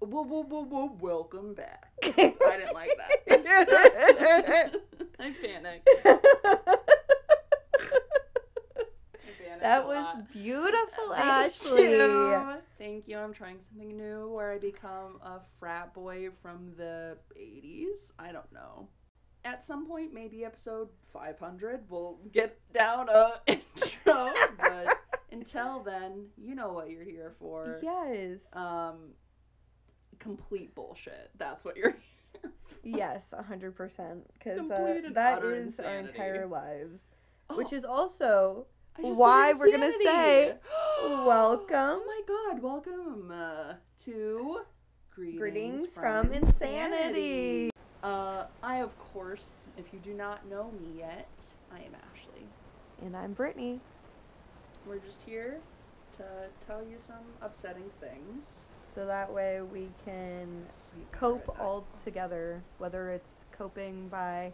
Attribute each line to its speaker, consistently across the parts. Speaker 1: whoa, whoa, whoa, welcome back. I didn't like that. I panicked. I panicked
Speaker 2: That
Speaker 1: a
Speaker 2: was
Speaker 1: lot.
Speaker 2: beautiful,
Speaker 1: Thank
Speaker 2: Ashley.
Speaker 1: you. Thank you. I'm trying something new where I become a frat boy from the 80s. I don't know. At some point, maybe episode 500, we'll get down a intro. But until then, you know what you're here for.
Speaker 2: Yes.
Speaker 1: Um, complete bullshit. That's what you're.
Speaker 2: yes, 100%. Because
Speaker 1: Complete
Speaker 2: uh,
Speaker 1: and
Speaker 2: that
Speaker 1: utter
Speaker 2: is our
Speaker 1: insanity.
Speaker 2: entire lives. Which
Speaker 1: Oh,
Speaker 2: is also
Speaker 1: I just said
Speaker 2: why we're gonna
Speaker 1: insanity.
Speaker 2: say, welcome.
Speaker 1: Oh my god, welcome uh, to greetings,
Speaker 2: greetings from insanity.
Speaker 1: Uh, I, of course, if you do not know me yet, I am Ashley.
Speaker 2: And I'm Brittany.
Speaker 1: We're just here to tell you some upsetting things.
Speaker 2: So that way we can
Speaker 1: See,
Speaker 2: cope
Speaker 1: I-
Speaker 2: all together, whether it's coping by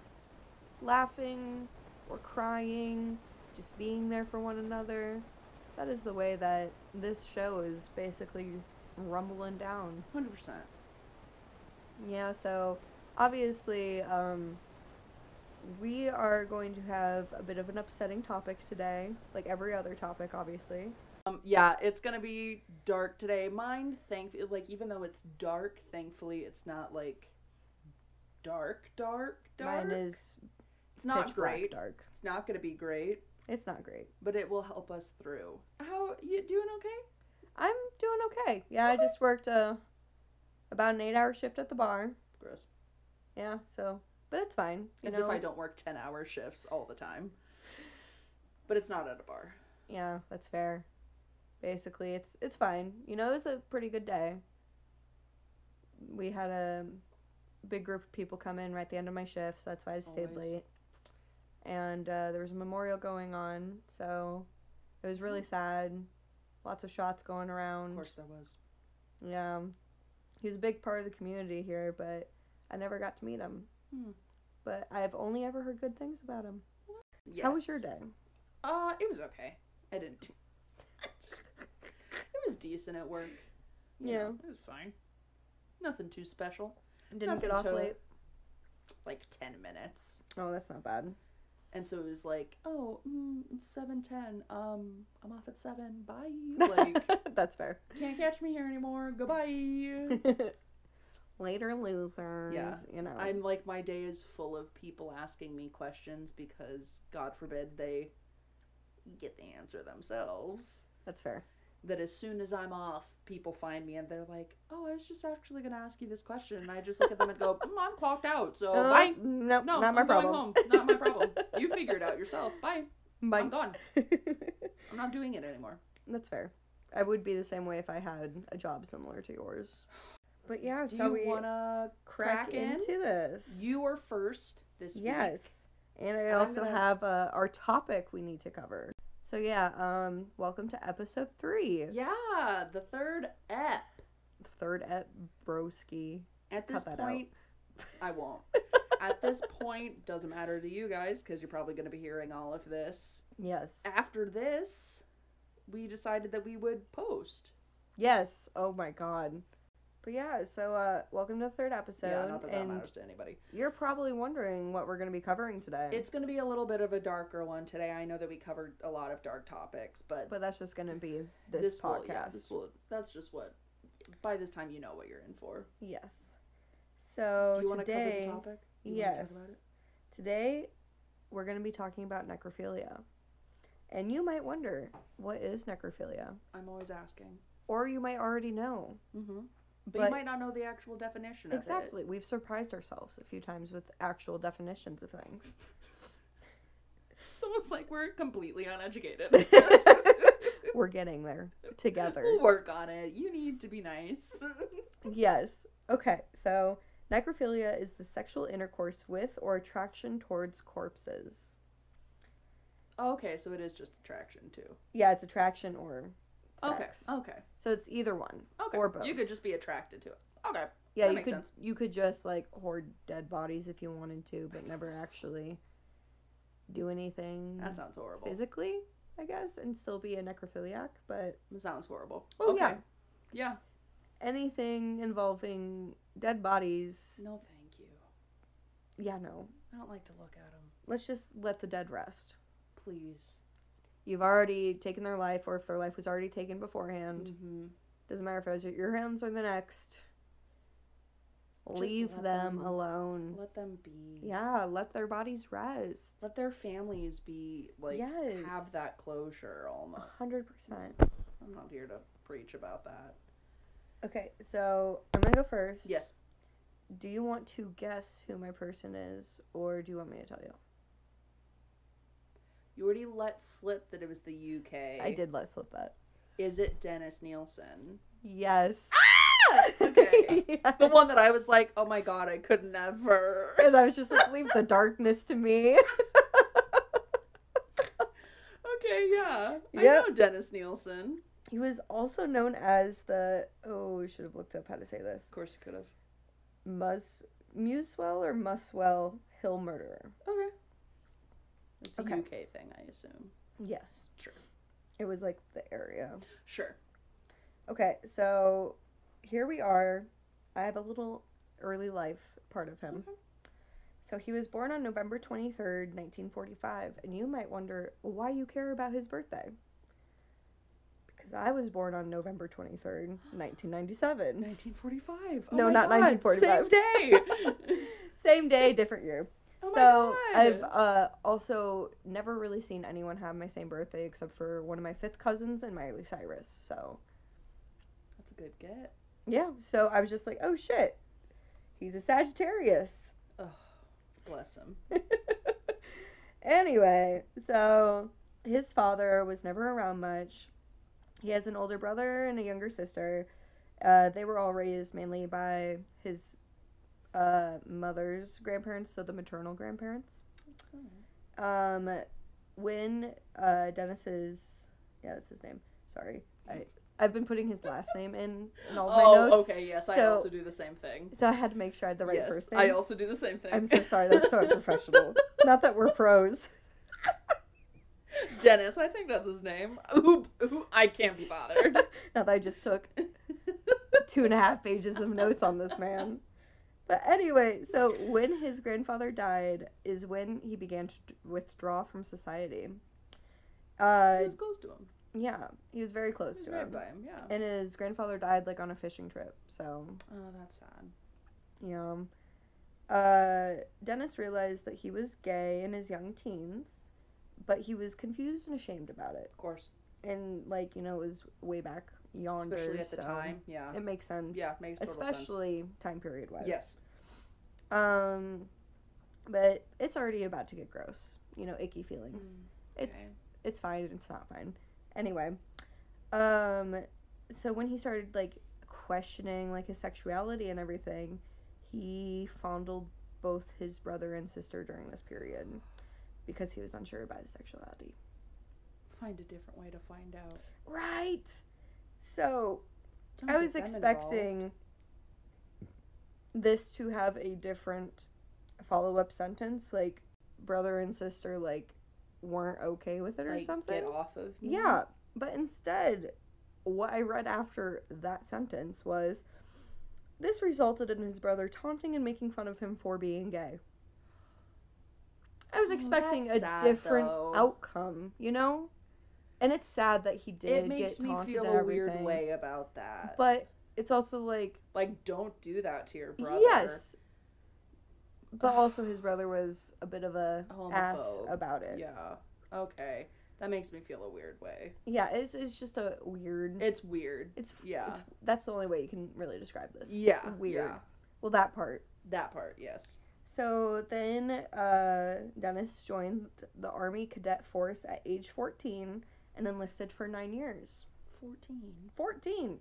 Speaker 2: laughing or crying, just being there for one another. That is the way that this show is basically rumbling down.
Speaker 1: 100%.
Speaker 2: Yeah, so obviously, um, we are going to have a bit of an upsetting topic today, like every other topic, obviously.
Speaker 1: Um, yeah, it's gonna be dark today. Mine, thankfully, like, even though it's dark, thankfully, it's not like dark, dark, dark.
Speaker 2: Mine is
Speaker 1: it's not
Speaker 2: pitch
Speaker 1: great.
Speaker 2: black dark.
Speaker 1: It's not gonna be great,
Speaker 2: It's not great.
Speaker 1: but it will help us through. How, you doing okay?
Speaker 2: I'm doing okay. Yeah, I just worked uh about an eight hour shift at the bar.
Speaker 1: Gross.
Speaker 2: Yeah, so but it's fine. You
Speaker 1: As
Speaker 2: know?
Speaker 1: if I don't work 10 hour shifts all the time. But it's not at a bar.
Speaker 2: Yeah, that's fair. Basically, it's it's fine. You know, it was a pretty good day. We had a big group of people come in right at the end of my shift, so that's why I stayed
Speaker 1: Always.
Speaker 2: late. And uh, there was a memorial going on, so it was really sad. Lots of shots going
Speaker 1: Hmm.
Speaker 2: around.
Speaker 1: Of course, there was.
Speaker 2: Yeah. Um, He was a big part of the community here, but I never got to meet him.
Speaker 1: Hmm.
Speaker 2: But I've only ever heard good things about him.
Speaker 1: Yes.
Speaker 2: How was your day?
Speaker 1: Uh, it was okay. I didn't. do- it was decent at work. You
Speaker 2: Yeah.
Speaker 1: know, it was fine. Nothing too special.
Speaker 2: Didn't
Speaker 1: Nothing
Speaker 2: get off
Speaker 1: to-
Speaker 2: late.
Speaker 1: Like 10 minutes.
Speaker 2: Oh, that's not bad.
Speaker 1: And so it was like, oh, mm, it's 7.10. Um, I'm off at 7. Bye. Like,
Speaker 2: that's fair.
Speaker 1: can't catch me here anymore. Goodbye.
Speaker 2: Later losers.
Speaker 1: Yeah.
Speaker 2: You know.
Speaker 1: I'm like, my day is full of people asking me questions because, God forbid, they get the answer themselves.
Speaker 2: That's fair.
Speaker 1: That as soon as I'm off, people find me and they're like, oh, I was just actually going to ask you this question. And I just look at them and go, mm, I'm clocked out. So
Speaker 2: Uh,
Speaker 1: bye.
Speaker 2: No,
Speaker 1: No,
Speaker 2: not my
Speaker 1: I'm
Speaker 2: problem.
Speaker 1: Going home. Not my problem. you figure it out yourself. Bye. I'm
Speaker 2: Bye.
Speaker 1: gone. I'm not doing it anymore.
Speaker 2: that's fair. I would be the same way if I had a job similar to yours. But yeah,
Speaker 1: Do
Speaker 2: so
Speaker 1: you
Speaker 2: we
Speaker 1: want to?
Speaker 2: crack,
Speaker 1: crack in?
Speaker 2: into this.
Speaker 1: You are first this week.
Speaker 2: Yes. And I
Speaker 1: I'm
Speaker 2: also
Speaker 1: gonna-
Speaker 2: have uh, our topic we need to cover. So yeah, um welcome to episode 3.
Speaker 1: Yeah, the third ep.
Speaker 2: The Third at Broski.
Speaker 1: At
Speaker 2: Cut
Speaker 1: this
Speaker 2: that out.
Speaker 1: point, I won't. At this point, doesn't matter to you guys because you're probably going to be hearing all of this.
Speaker 2: Yes.
Speaker 1: After this, we decided that we would post.
Speaker 2: Yes. Oh my god. But yeah, so uh welcome to the third episode
Speaker 1: yeah, not that that
Speaker 2: and
Speaker 1: matters to anybody.
Speaker 2: you're probably wondering what we're going to be covering today.
Speaker 1: It's going to be a little bit of a darker one today. I know that we covered a lot of dark topics, but,
Speaker 2: but that's just going to be this,
Speaker 1: will-
Speaker 2: podcast.
Speaker 1: yeah, this will- that's just what. By this time, you know what you're in for.
Speaker 2: Yes. So
Speaker 1: Do you want to cover
Speaker 2: today
Speaker 1: the topic? You wanna
Speaker 2: Yes.
Speaker 1: talk about it?
Speaker 2: Today, we're going to be talking about necrophilia. And you might wonder, what is necrophilia?
Speaker 1: I'm always asking.
Speaker 2: Or you might already know.
Speaker 1: Mm-hmm. But, you
Speaker 2: But-
Speaker 1: might not know the actual definition of it.
Speaker 2: Exactly. We've surprised ourselves a few times with actual definitions of things.
Speaker 1: It's almost like we're completely uneducated.
Speaker 2: We're getting there together.
Speaker 1: we'll work on it. You need to be nice.
Speaker 2: Yes. Okay. So, necrophilia is the sexual intercourse with or attraction towards corpses.
Speaker 1: okay, so it is just attraction too.
Speaker 2: Yeah, it's attraction or sex.
Speaker 1: Okay. Oh. Okay.
Speaker 2: So it's either one.
Speaker 1: Okay.
Speaker 2: Or both.
Speaker 1: You could just be attracted to it. Okay.
Speaker 2: Yeah,
Speaker 1: That
Speaker 2: you
Speaker 1: makes
Speaker 2: could
Speaker 1: sense.
Speaker 2: you could just like hoard dead bodies if you wanted to, but never actually do anything
Speaker 1: That sounds horrible.
Speaker 2: physically, I guess, and still be a necrophiliac. But
Speaker 1: It sounds horrible.
Speaker 2: Oh,
Speaker 1: okay.
Speaker 2: yeah.
Speaker 1: Yeah.
Speaker 2: anything involving dead bodies,
Speaker 1: No, thank you.
Speaker 2: yeah, no.
Speaker 1: I don't like to look at them.
Speaker 2: Let's just let the dead rest.
Speaker 1: Please.
Speaker 2: You've already taken their life, or if their life was already taken beforehand,
Speaker 1: Mm-hmm.
Speaker 2: doesn't matter if it was your- your hands or the next.
Speaker 1: Just
Speaker 2: Leave
Speaker 1: let
Speaker 2: them
Speaker 1: them-
Speaker 2: alone.
Speaker 1: Let them be.
Speaker 2: Yeah, let their bodies rest.
Speaker 1: Let their families be like
Speaker 2: Yes.
Speaker 1: have that closure almost.
Speaker 2: 100%.
Speaker 1: I'm not here to preach about that.
Speaker 2: Okay, so I'm gonna go first.
Speaker 1: Yes.
Speaker 2: Do you want to guess who my person is, or do you want me to tell you?
Speaker 1: You already let slip that it was the UK.
Speaker 2: I did let slip that.
Speaker 1: Is it Dennis Nielsen?
Speaker 2: Yes.
Speaker 1: Ah! Okay.
Speaker 2: Yes.
Speaker 1: The one that I was like, oh my god, I could never.
Speaker 2: And I was just like, leave the darkness to me.
Speaker 1: Okay, yeah. I
Speaker 2: Yep.
Speaker 1: know Dennis Nielsen.
Speaker 2: He was also known as the oh, I should have looked up how to say this.
Speaker 1: Of course, you could have.
Speaker 2: Mus Musewell or Muswell Hill murderer.
Speaker 1: Okay. It's a
Speaker 2: Okay.
Speaker 1: UK thing, I assume.
Speaker 2: Yes.
Speaker 1: Sure.
Speaker 2: It was like the area.
Speaker 1: Sure.
Speaker 2: Okay, so here we are. I have a little early life part of him.
Speaker 1: Okay.
Speaker 2: So he was born on November 23rd, 1945, and you might wonder why you care about his birthday. Because I was born on November 23rd, 1997.
Speaker 1: 1945.
Speaker 2: No,
Speaker 1: my
Speaker 2: not
Speaker 1: God,
Speaker 2: 1945.
Speaker 1: Same day.
Speaker 2: Same day, different year.
Speaker 1: Oh my
Speaker 2: so
Speaker 1: God.
Speaker 2: I've uh, also never really seen anyone have my same birthday except for one of my fifth cousins and Miley Cyrus. So
Speaker 1: That's a good get.
Speaker 2: yeah, so I was just like, oh shit, he's a Sagittarius.
Speaker 1: Bless him.
Speaker 2: Anyway, so his father was never around much. He has an older brother and a younger sister. Uh, they were all raised mainly by his uh, mother's grandparents, so the maternal grandparents.
Speaker 1: Hmm.
Speaker 2: Um, when uh, Dennis's yeah, that's his name. Sorry, I I've been putting his last name in in all of my
Speaker 1: oh,
Speaker 2: notes,
Speaker 1: okay. Yes, I
Speaker 2: So-
Speaker 1: also do the same thing.
Speaker 2: so I had to make sure I had the right
Speaker 1: yes,
Speaker 2: first
Speaker 1: I
Speaker 2: name.
Speaker 1: also do the same thing.
Speaker 2: I'm so sorry, that's so unprofessional. Not that we're pros.
Speaker 1: Dennis, I think that's his name. Who, who I can't be bothered.
Speaker 2: Not that I just took two and a half pages of notes on this man. But anyway, so when his grandfather died is when he began to d- withdraw from society.
Speaker 1: He
Speaker 2: Uh,
Speaker 1: was close to him.
Speaker 2: yeah, he was very close
Speaker 1: He was
Speaker 2: to
Speaker 1: right
Speaker 2: him.
Speaker 1: by him. Yeah.
Speaker 2: And his grandfather died like on a fishing trip, so
Speaker 1: Oh, that's sad.
Speaker 2: yeah. Uh, Dennis realized that he was gay in his young teens, but he was confused and ashamed about it.
Speaker 1: Of course,
Speaker 2: And like you know, it was way back yonder,
Speaker 1: especially at the
Speaker 2: so
Speaker 1: time. Yeah.
Speaker 2: it makes sense.
Speaker 1: Yeah, makes total
Speaker 2: especially time period wise.
Speaker 1: sense. Yes.
Speaker 2: Um, but it's already about to get gross. You know, icky
Speaker 1: Mm.
Speaker 2: feelings. It's
Speaker 1: okay.
Speaker 2: it's fine. It's not fine. Anyway, um, so when he started like questioning like his sexuality and everything, he fondled both his brother and sister during this period because he was unsure about his sexuality.
Speaker 1: Find a different way to find out.
Speaker 2: Right. So
Speaker 1: Don't
Speaker 2: I
Speaker 1: get
Speaker 2: was
Speaker 1: them involved.
Speaker 2: expecting this to have a different follow up sentence, like brother and sister like weren't okay with it or
Speaker 1: like,
Speaker 2: something.
Speaker 1: Get off of me.
Speaker 2: Yeah, but instead, what I read after that sentence was this resulted in his brother taunting and making fun of him for being gay. I was
Speaker 1: Oh,
Speaker 2: expecting
Speaker 1: that's
Speaker 2: a
Speaker 1: sad,
Speaker 2: different
Speaker 1: though.
Speaker 2: outcome, you know? And it's sad that he did
Speaker 1: It makes
Speaker 2: get
Speaker 1: me
Speaker 2: taunted
Speaker 1: feel
Speaker 2: and
Speaker 1: a
Speaker 2: everything.
Speaker 1: weird way about that.
Speaker 2: But it's also like
Speaker 1: like, don't do that to your brother.
Speaker 2: yes. But also his brother was a bit of a ass
Speaker 1: Homophobe.
Speaker 2: about it. Yeah,
Speaker 1: Yeah. Okay. That makes me feel a weird way.
Speaker 2: it's it's just a weird
Speaker 1: It's weird.
Speaker 2: it's f-
Speaker 1: Yeah.
Speaker 2: it's- that's the only way you can really describe this.
Speaker 1: Yeah.
Speaker 2: weird.
Speaker 1: yeah.
Speaker 2: Well, that part.
Speaker 1: That part, yes.
Speaker 2: So then uh, Dennis joined the Army Cadet Force at age 14 and enlisted for nine years.
Speaker 1: 14. you
Speaker 2: 14!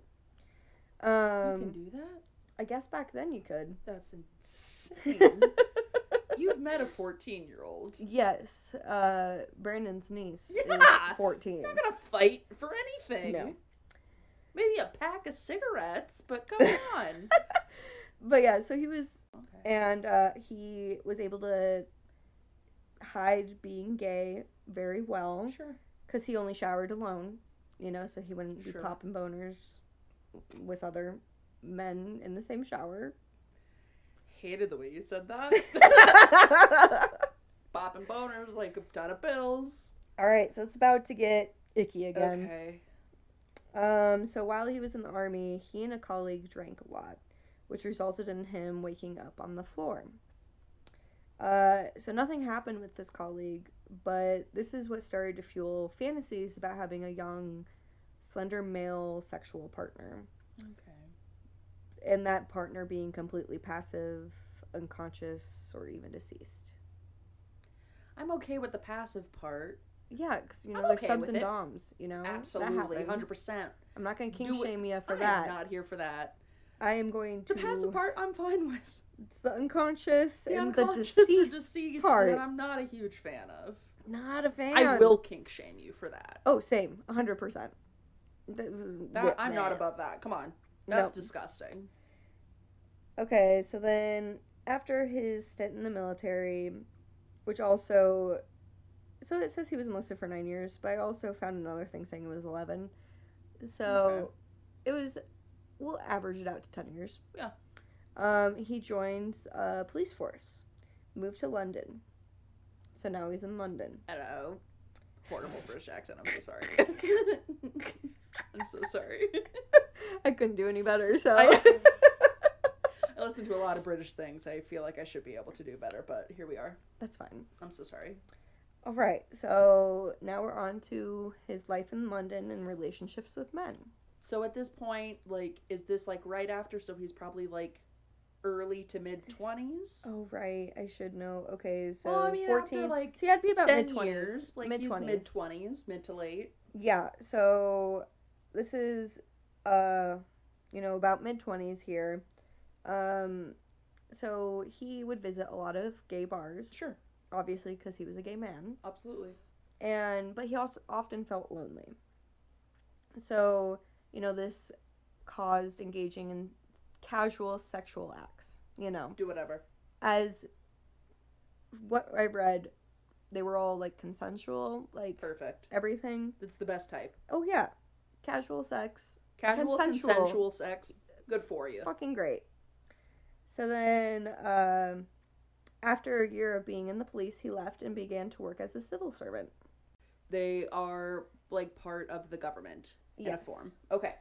Speaker 1: can
Speaker 2: Um,
Speaker 1: do that?
Speaker 2: I guess back then you could.
Speaker 1: That's insane. You've met a 14 year old.
Speaker 2: yes, uh, Brandon's niece
Speaker 1: Yeah!
Speaker 2: is 14.
Speaker 1: You're not gonna fight for anything.
Speaker 2: No.
Speaker 1: Maybe a pack of cigarettes, but come on.
Speaker 2: But yeah, so he was,
Speaker 1: okay.
Speaker 2: and uh, he was able to hide being gay very well.
Speaker 1: Sure.
Speaker 2: because he only showered alone, you know, so he wouldn't be
Speaker 1: Sure.
Speaker 2: popping boners with other men in the same shower.
Speaker 1: Hated the way you said that. Bopping boners like a ton of pills.
Speaker 2: All right, so it's about to get icky again.
Speaker 1: Okay.
Speaker 2: Um, so while he was in the army, he and a colleague drank a lot, which resulted in him waking up on the floor. Uh, so nothing happened with this colleague, but this is what started to fuel fantasies about having a young, slender male sexual partner,
Speaker 1: Okay.
Speaker 2: and that partner being completely passive, unconscious, or even deceased.
Speaker 1: I'm okay with the passive part.
Speaker 2: Yeah, because you know
Speaker 1: I'm
Speaker 2: there's
Speaker 1: okay
Speaker 2: subs
Speaker 1: with
Speaker 2: and
Speaker 1: it.
Speaker 2: doms. You know, That
Speaker 1: Absolutely,
Speaker 2: happens.
Speaker 1: hundred percent.
Speaker 2: I'm not gonna king
Speaker 1: Do it.
Speaker 2: shame you for
Speaker 1: I'm
Speaker 2: that.
Speaker 1: not here for that.
Speaker 2: I am going to
Speaker 1: The passive part, I'm fine with.
Speaker 2: It's the unconscious
Speaker 1: The
Speaker 2: and
Speaker 1: unconscious
Speaker 2: the
Speaker 1: or
Speaker 2: deceased.
Speaker 1: deceased
Speaker 2: part.
Speaker 1: that I'm not a huge fan of.
Speaker 2: Not a fan.
Speaker 1: I will kink shame you for that.
Speaker 2: Oh, same, hundred percent.
Speaker 1: That I'm not above that. Come on, that's disgusting.
Speaker 2: Okay, so then after his stint in the military, which also, so it says he was enlisted for nine years, but I also found another thing saying it was eleven. So
Speaker 1: Okay.
Speaker 2: it was, we'll average it out to ten years.
Speaker 1: Yeah.
Speaker 2: Um, he joined a police force, moved to London, so now he's in London.
Speaker 1: Hello. Horrible British accent. I'm so sorry. I'm so sorry.
Speaker 2: I couldn't do any better, so.
Speaker 1: I- I listen to a lot of British things. I feel like I should be able to do better, but here we are.
Speaker 2: That's fine.
Speaker 1: I'm so sorry.
Speaker 2: All right, so now we're on to his life in London and relationships with men.
Speaker 1: So at this point, like, is this like right after? So he's probably like early to mid 20s.
Speaker 2: Oh, right. I should know. Okay, so
Speaker 1: Well, I mean, after,
Speaker 2: 14.
Speaker 1: like,
Speaker 2: so he had to be about
Speaker 1: 10
Speaker 2: mid 20s.
Speaker 1: years, Like
Speaker 2: mid
Speaker 1: mid
Speaker 2: 20s.
Speaker 1: mid 20s, mid to late.
Speaker 2: Yeah, so this is, uh, you know, about mid 20s here. Um, so he would visit a lot of gay bars,
Speaker 1: Sure,
Speaker 2: obviously, because he was a gay man.
Speaker 1: absolutely.
Speaker 2: and but he also often felt lonely. So, you know, this caused engaging in casual sexual acts, you know.
Speaker 1: Do whatever.
Speaker 2: As what I read, they were all like consensual, like
Speaker 1: Perfect.
Speaker 2: everything.
Speaker 1: It's the best type.
Speaker 2: Oh yeah. Casual sex,
Speaker 1: Casual,
Speaker 2: Consensual.
Speaker 1: consensual, sex. Good for you.
Speaker 2: fucking great. So then um after a year of being in the police, he left and began to work as a civil servant.
Speaker 1: They are like part of the government in a
Speaker 2: Yes.
Speaker 1: form. Okay.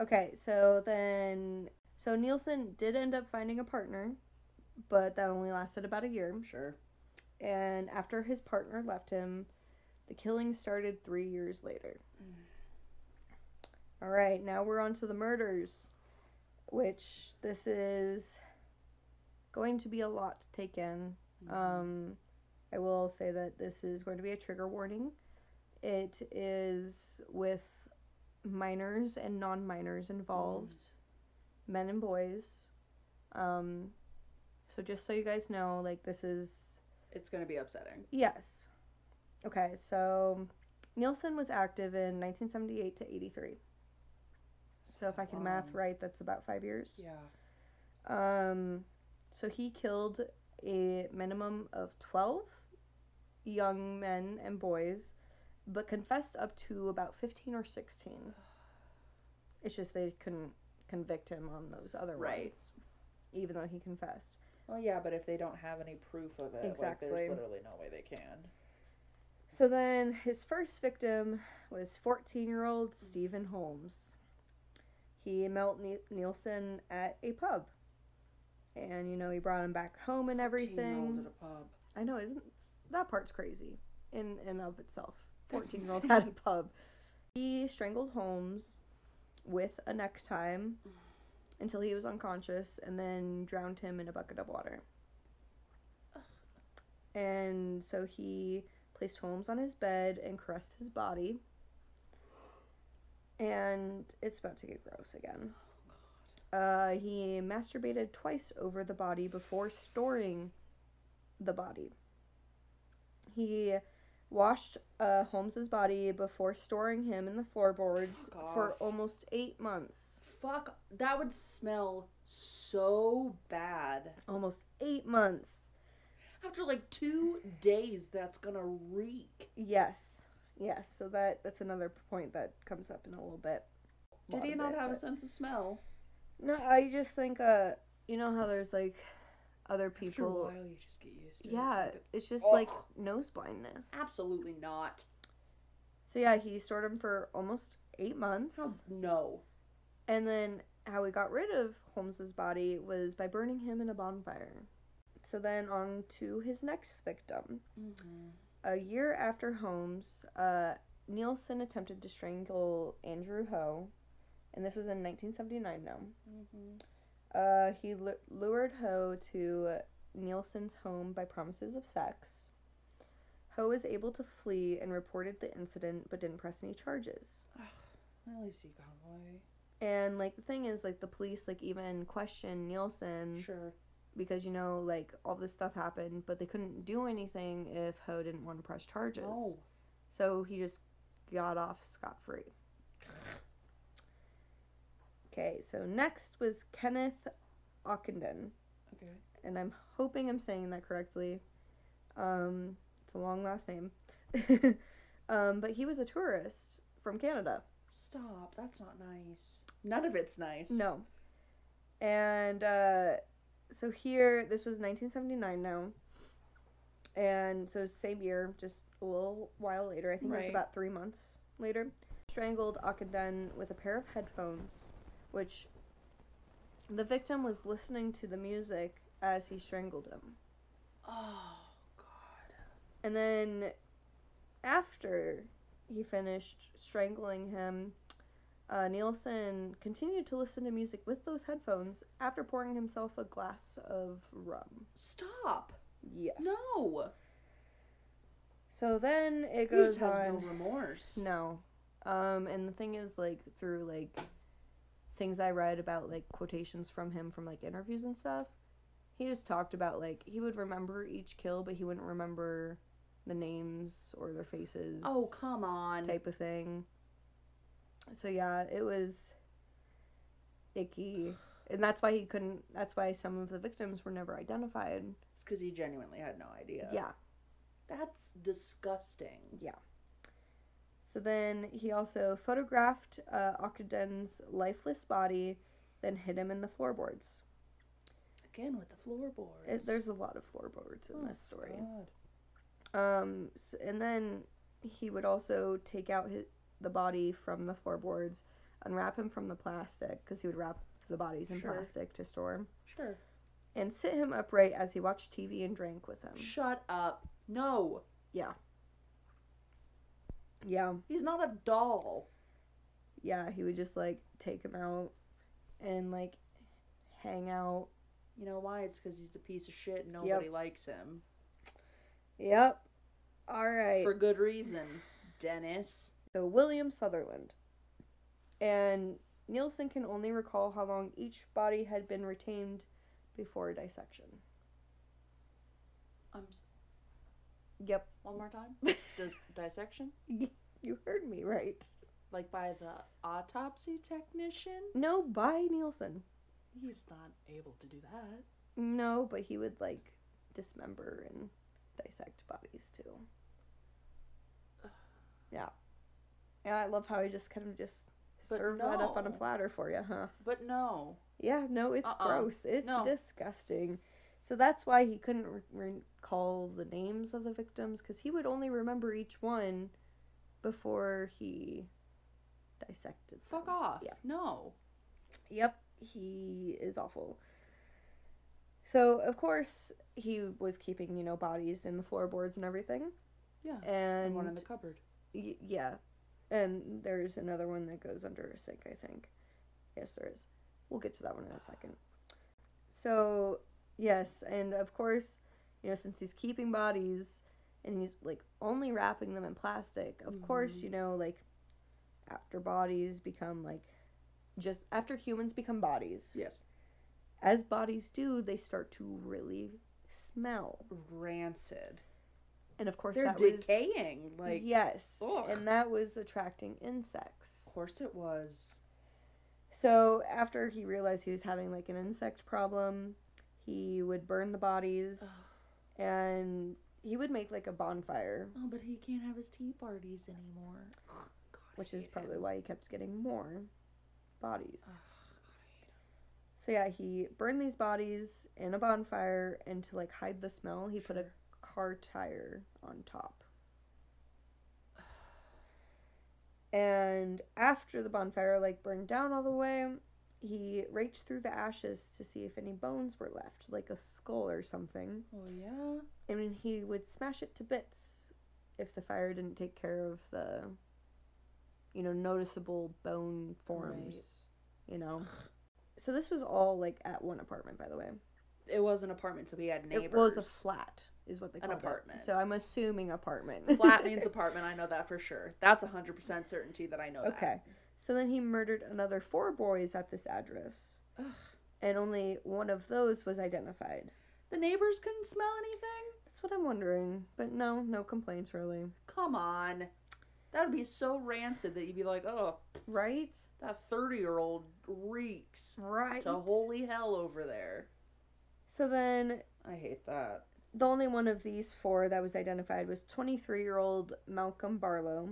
Speaker 2: Okay, so then so Nielsen did end up finding a partner, but that only lasted about a year.
Speaker 1: Sure.
Speaker 2: And after his partner left him, the killing started three years later. All right, now we're on to the murders, which this is going to be a lot to take in.
Speaker 1: Mm-hmm.
Speaker 2: Um, I will say that this is going to be a trigger warning. It is with minors and non minors involved, men and boys. Um, so just so you guys know, like this is
Speaker 1: It's going to be upsetting.
Speaker 2: Yes. Okay, so Nielsen was active in 1978 to 83. So if I can math
Speaker 1: Long.
Speaker 2: right, that's about five years.
Speaker 1: Yeah.
Speaker 2: Um, so he killed a minimum of 12 young men and boys, but confessed up to about 15 or 16. It's just they couldn't convict him on those other
Speaker 1: Right.
Speaker 2: ones, even though he confessed.
Speaker 1: Well, yeah, but if they don't have any proof of it,
Speaker 2: Exactly.
Speaker 1: like, there's literally no way they can.
Speaker 2: So then his first victim was 14 year old Stephen Holmes. He met Ni- Nielsen at a pub. And, you know, he brought him back home and everything.
Speaker 1: At a pub.
Speaker 2: I know, isn't that part's crazy in and of itself?
Speaker 1: That's
Speaker 2: 14 year old
Speaker 1: insane.
Speaker 2: at a pub. He strangled Holmes with a necktie until he was unconscious and then drowned him in a bucket of water. And so he placed Holmes on his bed and caressed his body. And it's about to get gross again. Uh, he masturbated twice over the body before storing the body. He washed uh, Holmes's body before storing him in the floorboards
Speaker 1: Fuck
Speaker 2: for
Speaker 1: off.
Speaker 2: almost eight months.
Speaker 1: Fuck, that would smell so bad.
Speaker 2: Almost eight months.
Speaker 1: After like two days, that's gonna reek.
Speaker 2: Yes, yes. So that that's another point that comes up in a little bit.
Speaker 1: Did
Speaker 2: Lot
Speaker 1: he
Speaker 2: of
Speaker 1: not
Speaker 2: it,
Speaker 1: have a
Speaker 2: but-
Speaker 1: sense of smell?
Speaker 2: No, I just think uh you know how there's like other
Speaker 1: After a
Speaker 2: people
Speaker 1: while, you just get used to it.
Speaker 2: Yeah,
Speaker 1: But
Speaker 2: it's just
Speaker 1: Ugh.
Speaker 2: like nose blindness.
Speaker 1: Absolutely not.
Speaker 2: So yeah, he stored him for almost 8 months.
Speaker 1: How- No.
Speaker 2: And then how he got rid of Holmes's body was by burning him in a bonfire. So then on to his next victim.
Speaker 1: Mm-hmm.
Speaker 2: A year after Holmes, uh, Nielsen attempted to strangle Andrew Ho, and this was in 1979 now.
Speaker 1: Mm-hmm.
Speaker 2: Uh, he lu- lured Ho to Nielsen's home by promises of sex. Ho was able to flee and reported the incident but didn't press any charges.
Speaker 1: At least he got away.
Speaker 2: And like the thing is like the police like even questioned Nielsen
Speaker 1: Sure.
Speaker 2: because you know like all this stuff happened but they couldn't do anything if Ho didn't want to press charges.
Speaker 1: No.
Speaker 2: So he just got off scot free. Okay, so next was Kenneth Ockenden.
Speaker 1: Okay.
Speaker 2: and I'm hoping I'm saying that correctly. Um, it's a long last name. um, but he was a tourist from Canada.
Speaker 1: Stop. That's not nice. None of it's nice.
Speaker 2: No. And uh, so here, this was 1979 now. And so same year, just a little while later. I think it was
Speaker 1: Right.
Speaker 2: about three months later. Strangled Akhedan with a pair of headphones, which the victim was listening to the music as he strangled him.
Speaker 1: Oh, God.
Speaker 2: And then after he finished strangling him, uh, Nielsen continued to listen to music with those headphones after pouring himself a glass of rum.
Speaker 1: Stop.
Speaker 2: Yes.
Speaker 1: No.
Speaker 2: So then it
Speaker 1: He just
Speaker 2: goes
Speaker 1: has no
Speaker 2: on.
Speaker 1: remorse.
Speaker 2: No. Um, and the thing is, like, through, like, things I read about, like, quotations from him from, like, interviews and stuff, he just talked about, like, he would remember each kill, but he wouldn't remember the names or their faces.
Speaker 1: Oh, come on.
Speaker 2: type of thing. So yeah, it was icky. And that's why he couldn't that's why some of the victims were never identified.
Speaker 1: It's because he genuinely had no idea.
Speaker 2: Yeah.
Speaker 1: That's disgusting.
Speaker 2: So then he also photographed uh Octaden's lifeless body, then hid him in the floorboards.
Speaker 1: Again, with the floorboards.
Speaker 2: It, there's a lot of floorboards in
Speaker 1: Oh,
Speaker 2: this story.
Speaker 1: God.
Speaker 2: Um, s and then he would also take out his, the body from the floorboards, unwrap him from the plastic because he would wrap the bodies in
Speaker 1: Sure.
Speaker 2: plastic to store 'em.
Speaker 1: Sure.
Speaker 2: and sit him upright as he watched TV and drank with him.
Speaker 1: Shut up. No.
Speaker 2: Yeah. Yeah,
Speaker 1: He's not a doll.
Speaker 2: yeah, he would just like take him out and like hang out.
Speaker 1: You know why? It's because he's a piece of shit and nobody likes him.
Speaker 2: Yep. All right.
Speaker 1: For good reason, Dennis.
Speaker 2: So William Sutherland. And Nielsen can only recall how long each body had been retained before dissection.
Speaker 1: I'm. s-
Speaker 2: Yep,
Speaker 1: One more time? Does dissection?
Speaker 2: you heard me right.
Speaker 1: Like by the autopsy technician?
Speaker 2: No, by Nielsen.
Speaker 1: He's not able to do that.
Speaker 2: No, but he would like dismember and dissect bodies too. Yeah. Yeah, I love how he just kind of just
Speaker 1: But
Speaker 2: served that up on a
Speaker 1: no.
Speaker 2: platter for you, huh?
Speaker 1: But no.
Speaker 2: Yeah, no, it's
Speaker 1: Uh-uh.
Speaker 2: gross. It's
Speaker 1: No.
Speaker 2: disgusting. So that's why he couldn't re- recall the names of the victims because he would only remember each one before he dissected.
Speaker 1: Fuck
Speaker 2: them.
Speaker 1: off.
Speaker 2: Yeah.
Speaker 1: No.
Speaker 2: Yep, he is awful. So, of course, he was keeping, you know, bodies in the floorboards and everything.
Speaker 1: Yeah.
Speaker 2: And
Speaker 1: And one in the cupboard.
Speaker 2: y- yeah. And there's another one that goes under a sink, I think. Yes, there is. We'll get to that one in a second. So, yes, and of course, you know, since he's keeping bodies and he's like only wrapping them in plastic, of course,
Speaker 1: Mhm.
Speaker 2: you know, like after bodies become like just after humans become bodies,
Speaker 1: Yes.
Speaker 2: as bodies do, they start to really smell.
Speaker 1: Rancid.
Speaker 2: And of course,
Speaker 1: They're
Speaker 2: that was
Speaker 1: decaying. Like,
Speaker 2: yes,
Speaker 1: ugh.
Speaker 2: and that was attracting insects.
Speaker 1: of course it was.
Speaker 2: So after he realized he was having like an insect problem, he would burn the bodies and he would make like a bonfire,
Speaker 1: Oh, but he can't have his tea parties anymore. God, I
Speaker 2: which is
Speaker 1: hate
Speaker 2: probably
Speaker 1: him.
Speaker 2: why he kept getting more bodies.
Speaker 1: Ugh, God, I hate him.
Speaker 2: So yeah, he burned these bodies in a bonfire, and to like hide the smell, he put a
Speaker 1: Sure.
Speaker 2: car tire on top. And after the bonfire like burned down all the way, he raked through the ashes to see if any bones were left, like a skull or something.
Speaker 1: Well, yeah.
Speaker 2: And he would smash it to bits if the fire didn't take care of the, you know, noticeable bone forms you know. So this was all like at one apartment, by the way.
Speaker 1: It was an apartment, so we had neighbors.
Speaker 2: It was a flat, is what they
Speaker 1: An
Speaker 2: called it.
Speaker 1: apartment.
Speaker 2: So I'm assuming apartment.
Speaker 1: Flat means apartment. I know that for sure. That's a hundred percent certainty that I know that.
Speaker 2: okay. So then he murdered another four boys at this address,
Speaker 1: Ugh.
Speaker 2: and only one of those was identified.
Speaker 1: The neighbors couldn't smell anything.
Speaker 2: That's what I'm wondering. But no, no complaints really.
Speaker 1: Come on, that would be so rancid that you'd be like, oh,
Speaker 2: Right?
Speaker 1: that thirty-year-old reeks
Speaker 2: Right.
Speaker 1: to holy hell over there.
Speaker 2: So then
Speaker 1: I hate that.
Speaker 2: the only one of these four that was identified was 23 year old Malcolm Barlow,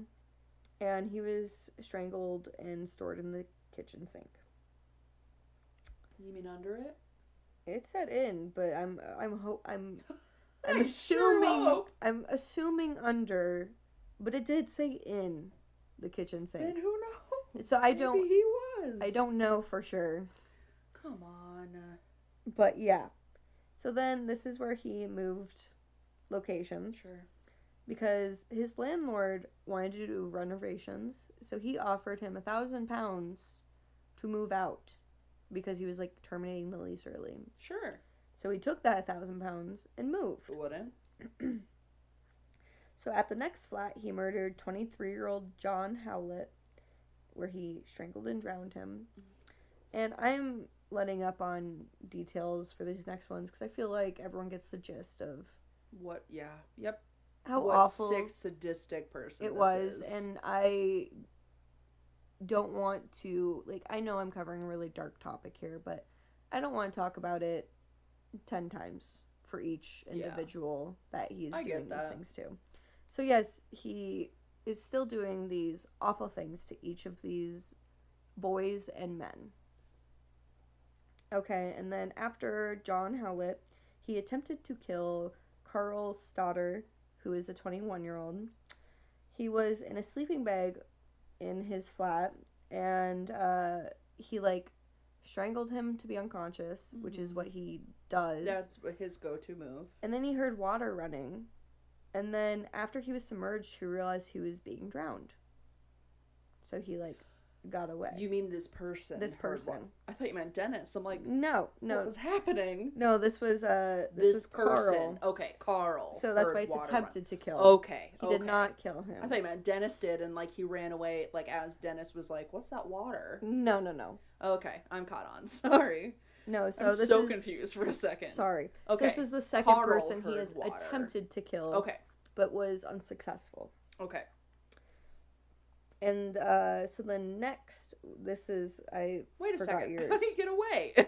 Speaker 2: and he was strangled and stored in the kitchen sink.
Speaker 1: You mean under it?
Speaker 2: It said in, but I'm I'm ho- I'm
Speaker 1: I
Speaker 2: I'm
Speaker 1: sure
Speaker 2: assuming
Speaker 1: hope.
Speaker 2: I'm assuming under, but it did say in the kitchen
Speaker 1: Then
Speaker 2: sink.
Speaker 1: who knows?
Speaker 2: So I
Speaker 1: Maybe
Speaker 2: don't
Speaker 1: he was.
Speaker 2: I don't know for sure,
Speaker 1: Come on.
Speaker 2: but yeah. So then this is where he moved locations
Speaker 1: Sure.
Speaker 2: because his landlord wanted to do renovations, so he offered him a thousand pounds to move out because he was like terminating the lease early.
Speaker 1: Sure.
Speaker 2: So he took that thousand pounds and moved.
Speaker 1: Who wouldn't?
Speaker 2: So at the next flat, he murdered 23 year old John Howlett, where he strangled and drowned him. And I'm letting up on details for these next ones because I feel like everyone gets the gist of
Speaker 1: What? Yeah. Yep.
Speaker 2: how
Speaker 1: what
Speaker 2: awful
Speaker 1: sick, sadistic person
Speaker 2: it
Speaker 1: this
Speaker 2: was.
Speaker 1: is.
Speaker 2: And I don't want to, like, I know I'm covering a really dark topic here, but I don't want to talk about it 10 times for each
Speaker 1: Yeah.
Speaker 2: individual that he's
Speaker 1: I get
Speaker 2: doing these
Speaker 1: that.
Speaker 2: things to. So, yes, he is still doing these awful things to each of these boys and men. Okay, and then after John Howlett, he attempted to kill Carl Stoddard, who is a 21 year old. He was in a sleeping bag in his flat, and uh, he like strangled him to be unconscious, which is
Speaker 1: Mhm.
Speaker 2: what he does.
Speaker 1: that's his go-to move.
Speaker 2: And then he heard water running. And then after he was submerged, he realized he was being drowned. So he like got away.
Speaker 1: You mean this person?
Speaker 2: this
Speaker 1: heard what-
Speaker 2: person.
Speaker 1: I thought you meant Dennis. I'm like,
Speaker 2: No, no.
Speaker 1: what was happening?
Speaker 2: No, this was uh this,
Speaker 1: This,
Speaker 2: was
Speaker 1: person.
Speaker 2: Carl.
Speaker 1: Okay, Carl.
Speaker 2: So that's
Speaker 1: heard
Speaker 2: why it's
Speaker 1: water
Speaker 2: attempted to kill.
Speaker 1: run. Okay.
Speaker 2: He
Speaker 1: okay.
Speaker 2: did not kill him.
Speaker 1: I thought you meant Dennis did, and like he ran away. Like as Dennis was like, "What's that water?"
Speaker 2: No, no, no.
Speaker 1: Okay, I'm caught on. Sorry,
Speaker 2: No, so
Speaker 1: I'm
Speaker 2: this
Speaker 1: so
Speaker 2: is
Speaker 1: confused for a second.
Speaker 2: sorry. So
Speaker 1: Okay.
Speaker 2: this is the second
Speaker 1: Carl
Speaker 2: person he
Speaker 1: heard
Speaker 2: has
Speaker 1: water.
Speaker 2: attempted to kill
Speaker 1: okay.
Speaker 2: but was unsuccessful.
Speaker 1: Okay.
Speaker 2: And uh so then next this is I
Speaker 1: Wait a
Speaker 2: Forgot
Speaker 1: second. How
Speaker 2: yours.
Speaker 1: do you get away?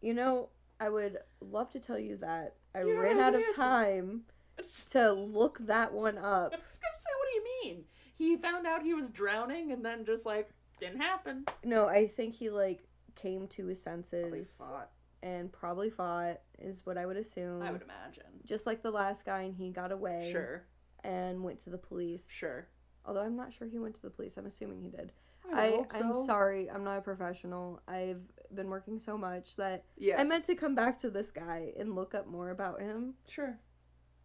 Speaker 2: you know, I would love to tell you that I
Speaker 1: You don't
Speaker 2: ran
Speaker 1: have
Speaker 2: out
Speaker 1: an
Speaker 2: of
Speaker 1: answer.
Speaker 2: time
Speaker 1: I was
Speaker 2: to look that one up.
Speaker 1: gonna say, what do you mean? He found out he was drowning, and then just like didn't happen.
Speaker 2: No, I think he like came to his
Speaker 1: Probably
Speaker 2: senses
Speaker 1: fought,
Speaker 2: and probably fought is what I would assume.
Speaker 1: I would imagine.
Speaker 2: Just like the last guy and he got away
Speaker 1: Sure.
Speaker 2: and went to the police.
Speaker 1: Sure.
Speaker 2: Although I'm not sure he went to the police. I'm assuming he did.
Speaker 1: I, hope
Speaker 2: I'm
Speaker 1: so.
Speaker 2: sorry. I'm not a professional. I've been working so much that
Speaker 1: Yes.
Speaker 2: I meant to come back to this guy and look up more about him,
Speaker 1: Sure.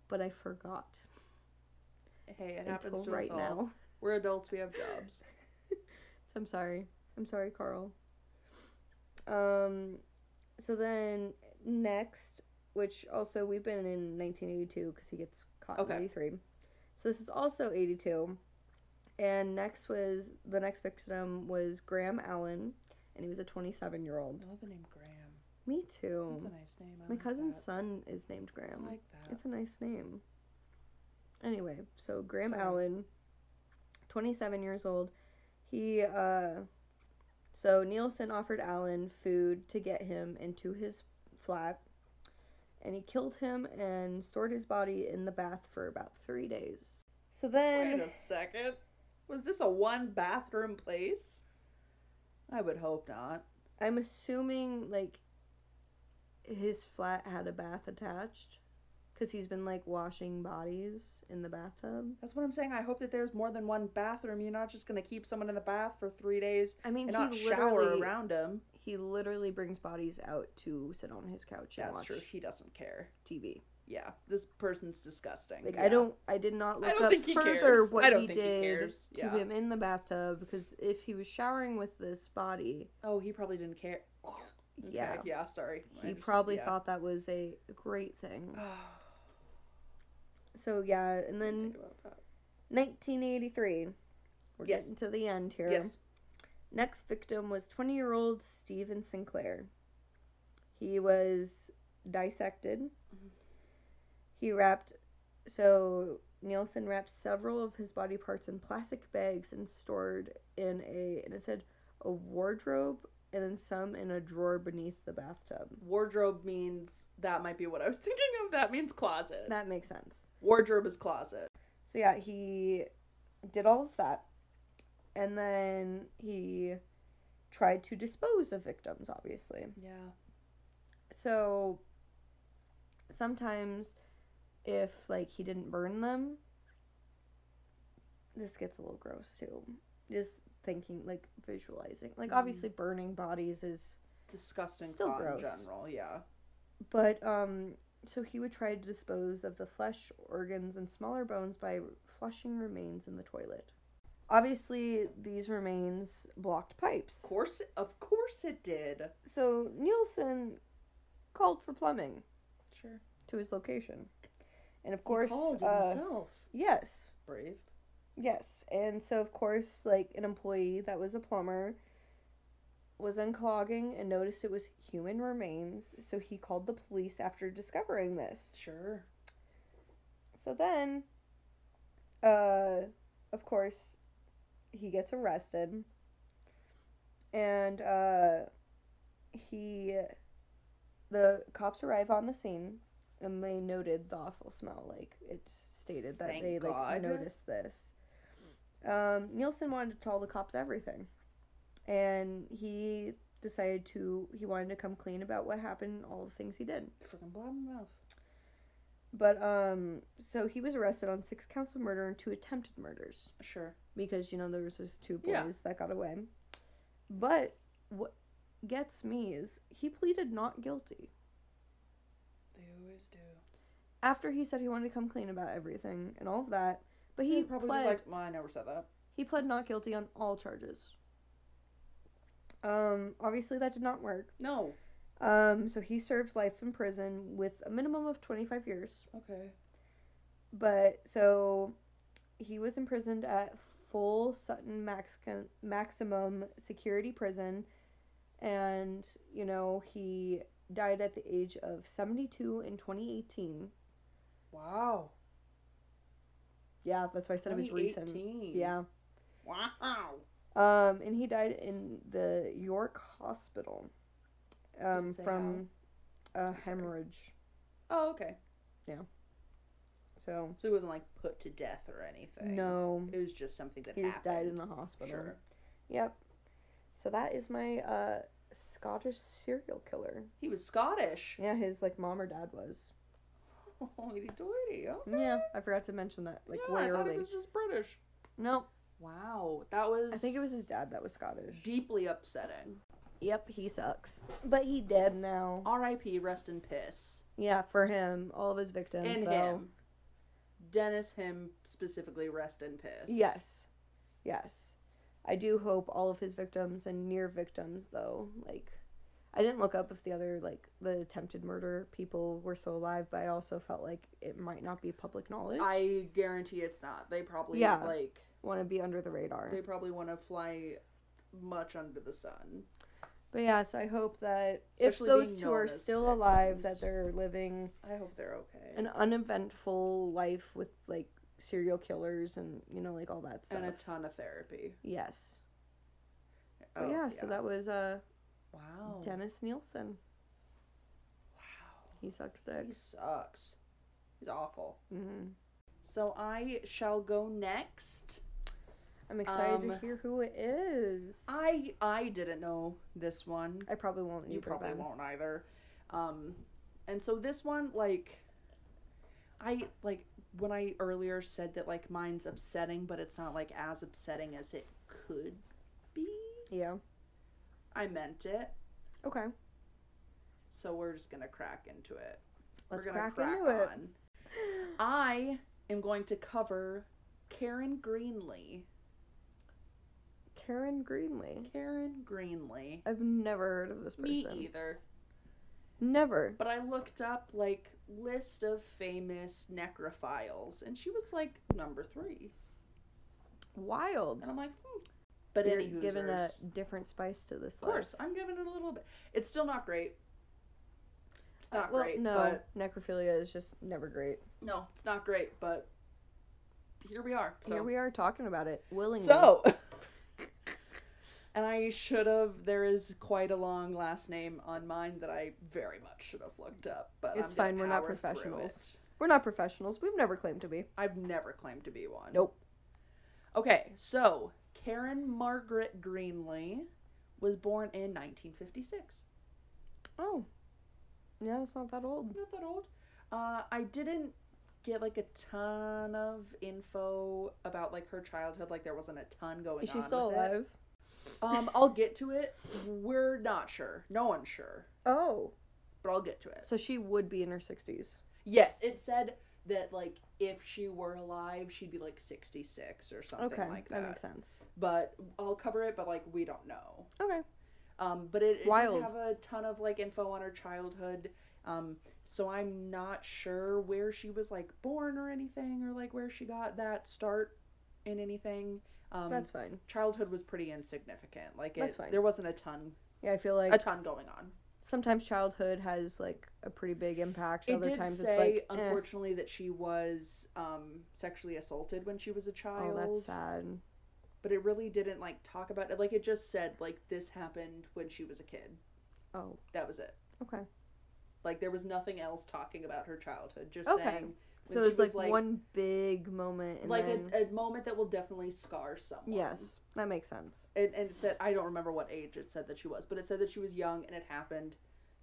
Speaker 2: but I forgot
Speaker 1: Hey, it happens
Speaker 2: until
Speaker 1: to us
Speaker 2: right
Speaker 1: all.
Speaker 2: now.
Speaker 1: We're adults. We have jobs.
Speaker 2: So I'm sorry. I'm sorry, Carl. Um, so then next, which also we've been in 1982 because he gets caught
Speaker 1: Okay.
Speaker 2: in 83. So this is also 82. And next was the next victim was Graham Allen, and he was a 27 year
Speaker 1: I
Speaker 2: old.
Speaker 1: love the name Graham.
Speaker 2: Me
Speaker 1: That's a
Speaker 2: too.
Speaker 1: nice name. I
Speaker 2: Oh. My
Speaker 1: like
Speaker 2: cousin's
Speaker 1: that.
Speaker 2: son is named Graham.
Speaker 1: I like that.
Speaker 2: It's a nice name. Anyway, so Graham
Speaker 1: Sorry.
Speaker 2: Allen, 27 years old, he, uh, so Nielsen offered Allen food to get him into his flat, and he killed him and stored his body in the bath for about three days. So
Speaker 1: Wait
Speaker 2: then,
Speaker 1: a second. Was this a one bathroom place? I would hope not.
Speaker 2: I'm assuming like his flat had a bath attached because he's been like washing bodies in the bathtub.
Speaker 1: That's what I'm saying. I hope that there's more than one bathroom. You're not just gonna keep someone in the bath for three days
Speaker 2: I mean,
Speaker 1: and
Speaker 2: he
Speaker 1: not shower
Speaker 2: literally
Speaker 1: around him.
Speaker 2: he literally brings bodies out to sit on his couch and
Speaker 1: That's
Speaker 2: watch
Speaker 1: true. He doesn't care.
Speaker 2: TV.
Speaker 1: Yeah, this person's disgusting.
Speaker 2: Like
Speaker 1: Yeah.
Speaker 2: I don't, I did not look
Speaker 1: don't
Speaker 2: up
Speaker 1: think he
Speaker 2: further
Speaker 1: cares.
Speaker 2: what
Speaker 1: I don't
Speaker 2: he
Speaker 1: think he
Speaker 2: did
Speaker 1: cares.
Speaker 2: to
Speaker 1: Yeah.
Speaker 2: him in the bathtub because if he was showering with this body,
Speaker 1: Oh, he probably didn't care. Okay,
Speaker 2: yeah,
Speaker 1: Yeah. Sorry. I
Speaker 2: he
Speaker 1: just-
Speaker 2: probably
Speaker 1: yeah.
Speaker 2: thought that was a great thing.
Speaker 1: I
Speaker 2: So yeah, and
Speaker 1: didn't
Speaker 2: then
Speaker 1: think about that.
Speaker 2: 1983. We're
Speaker 1: Yes.
Speaker 2: getting to the end here.
Speaker 1: Yes.
Speaker 2: Next victim was 20 year old Stephen Sinclair. He was dissected.
Speaker 1: Mhm.
Speaker 2: He wrapped, so Nielsen wrapped several of his body parts in plastic bags and stored in a, and it said a wardrobe and then some in a drawer beneath the bathtub.
Speaker 1: Wardrobe means that might be what I was thinking of. That means closet.
Speaker 2: That makes sense.
Speaker 1: Wardrobe is closet.
Speaker 2: So yeah, he did all of that. And then he tried to dispose of victims, obviously.
Speaker 1: Yeah.
Speaker 2: so sometimes if like he didn't burn them this gets a little gross too just thinking like visualizing like
Speaker 1: Mm.
Speaker 2: obviously burning bodies is
Speaker 1: Disgusting
Speaker 2: Still
Speaker 1: thought in
Speaker 2: gross.
Speaker 1: general. Yeah.
Speaker 2: but um so he would try to dispose of the flesh organs and smaller bones by flushing remains in the toilet obviously these remains blocked pipes
Speaker 1: Of course, of course it did.
Speaker 2: so nielsen called for plumbing
Speaker 1: Sure.
Speaker 2: to his location and of
Speaker 1: He
Speaker 2: course
Speaker 1: called
Speaker 2: uh,
Speaker 1: himself.
Speaker 2: Yes.
Speaker 1: Brave.
Speaker 2: Yes. And so of course like an employee that was a plumber was unclogging and noticed it was human remains, so he called the police after discovering this.
Speaker 1: Sure.
Speaker 2: So then uh of course he gets arrested and uh he the cops arrive on the scene and they noted the awful smell like it's stated that
Speaker 1: Thank
Speaker 2: they like
Speaker 1: God.
Speaker 2: noticed this um nielsen wanted to tell the cops everything and he decided to he wanted to come clean about what happened and all the things he did
Speaker 1: Freaking blabbermouth.
Speaker 2: but um so he was arrested on six counts of murder and two attempted murders
Speaker 1: Sure.
Speaker 2: because you know there was those two boys
Speaker 1: Yeah.
Speaker 2: that got away. But what gets me is he pleaded not guilty
Speaker 1: They always do.
Speaker 2: after he said he wanted to come clean about everything and all of that. But
Speaker 1: He
Speaker 2: he
Speaker 1: probably
Speaker 2: pled
Speaker 1: was like, well, I never said that.
Speaker 2: he pled not guilty on all charges. Um, obviously that did not work.
Speaker 1: No.
Speaker 2: Um, so he served life in prison with a minimum of twenty five years.
Speaker 1: Okay.
Speaker 2: But so he was imprisoned at full Sutton max- maximum security prison. And, you know, he died at the age of 72 in 2018.
Speaker 1: Wow.
Speaker 2: Yeah, that's why I said it was recent.
Speaker 1: 2018.
Speaker 2: Yeah.
Speaker 1: Wow.
Speaker 2: Um, and he died in the York Hospital um,
Speaker 1: That's a
Speaker 2: from a
Speaker 1: So sorry.
Speaker 2: hemorrhage.
Speaker 1: Oh, okay.
Speaker 2: So,
Speaker 1: So he wasn't like put to death or anything.
Speaker 2: no,
Speaker 1: It was just something that
Speaker 2: he
Speaker 1: happened.
Speaker 2: just died in the hospital.
Speaker 1: Sure.
Speaker 2: Yep. So that is my uh Scottish serial killer.
Speaker 1: He was Scottish.
Speaker 2: Yeah, his like mom or dad was.
Speaker 1: Hoity toity. Okay.
Speaker 2: Yeah, I forgot to mention that like
Speaker 1: Oh, yeah,
Speaker 2: way
Speaker 1: I thought
Speaker 2: early.
Speaker 1: it was just British.
Speaker 2: No,
Speaker 1: Wow. That was
Speaker 2: I think it was his dad that was Scottish.
Speaker 1: deeply upsetting.
Speaker 2: Yep, he sucks. But he dead now.
Speaker 1: R.I.P. rest in piss.
Speaker 2: Yeah, for him, all of his victims
Speaker 1: And
Speaker 2: though.
Speaker 1: him. Dennis him specifically rest in piss.
Speaker 2: Yes. Yes. I do hope all of his victims and near victims though, like I didn't look up if the other like the attempted murder people were still alive, but I also felt like it might not be public knowledge.
Speaker 1: I guarantee it's not. They probably
Speaker 2: Yeah.
Speaker 1: like
Speaker 2: want to be under the radar.
Speaker 1: they probably want to fly much under the sun.
Speaker 2: But yeah, so I hope that
Speaker 1: Especially
Speaker 2: if
Speaker 1: being
Speaker 2: those two are
Speaker 1: known as
Speaker 2: still alive,
Speaker 1: victims.
Speaker 2: that they're living
Speaker 1: I hope they're okay.
Speaker 2: an uneventful life with like serial killers and you know like all that stuff.
Speaker 1: and a ton of therapy.
Speaker 2: yes. But
Speaker 1: Oh,
Speaker 2: Oh, yeah, so that was uh
Speaker 1: wow.
Speaker 2: Dennis Nielsen.
Speaker 1: Wow.
Speaker 2: He sucks
Speaker 1: He
Speaker 2: dick.
Speaker 1: sucks. He's awful.
Speaker 2: hmm
Speaker 1: So I shall go next.
Speaker 2: I'm excited to
Speaker 1: Um,
Speaker 2: hear who it is. I,
Speaker 1: I I didn't know this one.
Speaker 2: probably won't.
Speaker 1: You
Speaker 2: either
Speaker 1: probably
Speaker 2: then.
Speaker 1: won't either. Um, and so this one, like, I like when I earlier said that like mine's upsetting, but it's not like as upsetting as it could be.
Speaker 2: Yeah.
Speaker 1: I meant it.
Speaker 2: Okay.
Speaker 1: So we're just gonna crack into it.
Speaker 2: Let's
Speaker 1: we're gonna
Speaker 2: crack, into it.
Speaker 1: on. I am going to cover Karen Greenlee.
Speaker 2: Karen Greenlee.
Speaker 1: Karen Greenlee.
Speaker 2: I've never heard of this person.
Speaker 1: Me e- either.
Speaker 2: Never.
Speaker 1: But I looked up like list of famous necrophiles, and she was like number three,
Speaker 2: Wild.
Speaker 1: and I'm like, hmm. but
Speaker 2: You're
Speaker 1: any
Speaker 2: giving a
Speaker 1: Hoosiers,
Speaker 2: different spice to this.
Speaker 1: of course, I'm giving it a little bit. It's still not great. It's not
Speaker 2: Uh, well,
Speaker 1: great.
Speaker 2: no,
Speaker 1: but,
Speaker 2: necrophilia is just never great.
Speaker 1: no, it's not great. But here we are. So
Speaker 2: Here we are talking about it willingly.
Speaker 1: So, and I should have. There is quite a long last name on mine that I very much should have looked up. But I'm
Speaker 2: It's
Speaker 1: gonna
Speaker 2: fine, we're not
Speaker 1: power through
Speaker 2: professionals.
Speaker 1: it.
Speaker 2: we're not professionals. We've never claimed to be.
Speaker 1: I've never claimed to be one.
Speaker 2: Nope.
Speaker 1: Okay, so Karen Margaret Greenlee was born in 1956.
Speaker 2: Oh, yeah, it's not that old.
Speaker 1: Not that old. Uh, I didn't get like a ton of info about like her childhood. Like there wasn't a ton going
Speaker 2: Is
Speaker 1: on.
Speaker 2: she still
Speaker 1: with it.
Speaker 2: alive?
Speaker 1: Um, I'll get to it. We're not sure. No one's sure,
Speaker 2: Oh,
Speaker 1: but I'll get to it.
Speaker 2: so she would be in her sixties.
Speaker 1: Yes, it said that like if she were alive, she'd be like 66 or something
Speaker 2: Okay,
Speaker 1: like
Speaker 2: that.
Speaker 1: that.
Speaker 2: makes sense.
Speaker 1: But I'll cover it. But like we don't know.
Speaker 2: Okay,
Speaker 1: Um, but it, it
Speaker 2: Wild.
Speaker 1: didn't have a ton of like info on her childhood. Um, so I'm not sure where she was like born or anything, or like where she got that start in anything. Um,
Speaker 2: that's fine.
Speaker 1: childhood was pretty insignificant. Like it,
Speaker 2: That's fine.
Speaker 1: there wasn't a ton,
Speaker 2: Yeah, I feel like
Speaker 1: a ton going on.
Speaker 2: sometimes childhood has like a pretty big impact.
Speaker 1: It
Speaker 2: Other
Speaker 1: did
Speaker 2: times
Speaker 1: say,
Speaker 2: it's like, eh.
Speaker 1: unfortunately, that she was um, sexually assaulted when she was a
Speaker 2: oh,
Speaker 1: child.
Speaker 2: that's sad.
Speaker 1: But it really didn't like talk about it. Like it just said like this happened when she was a kid.
Speaker 2: Oh,
Speaker 1: That was it.
Speaker 2: okay.
Speaker 1: Like there was nothing else talking about her childhood. Just
Speaker 2: Okay.
Speaker 1: saying.
Speaker 2: So
Speaker 1: she
Speaker 2: it's like,
Speaker 1: was,
Speaker 2: one big moment, and
Speaker 1: like
Speaker 2: then
Speaker 1: a, a moment that will definitely scar someone.
Speaker 2: yes, that makes sense.
Speaker 1: And, and it said I don't remember what age it said that she was, but it said that she was young and it happened.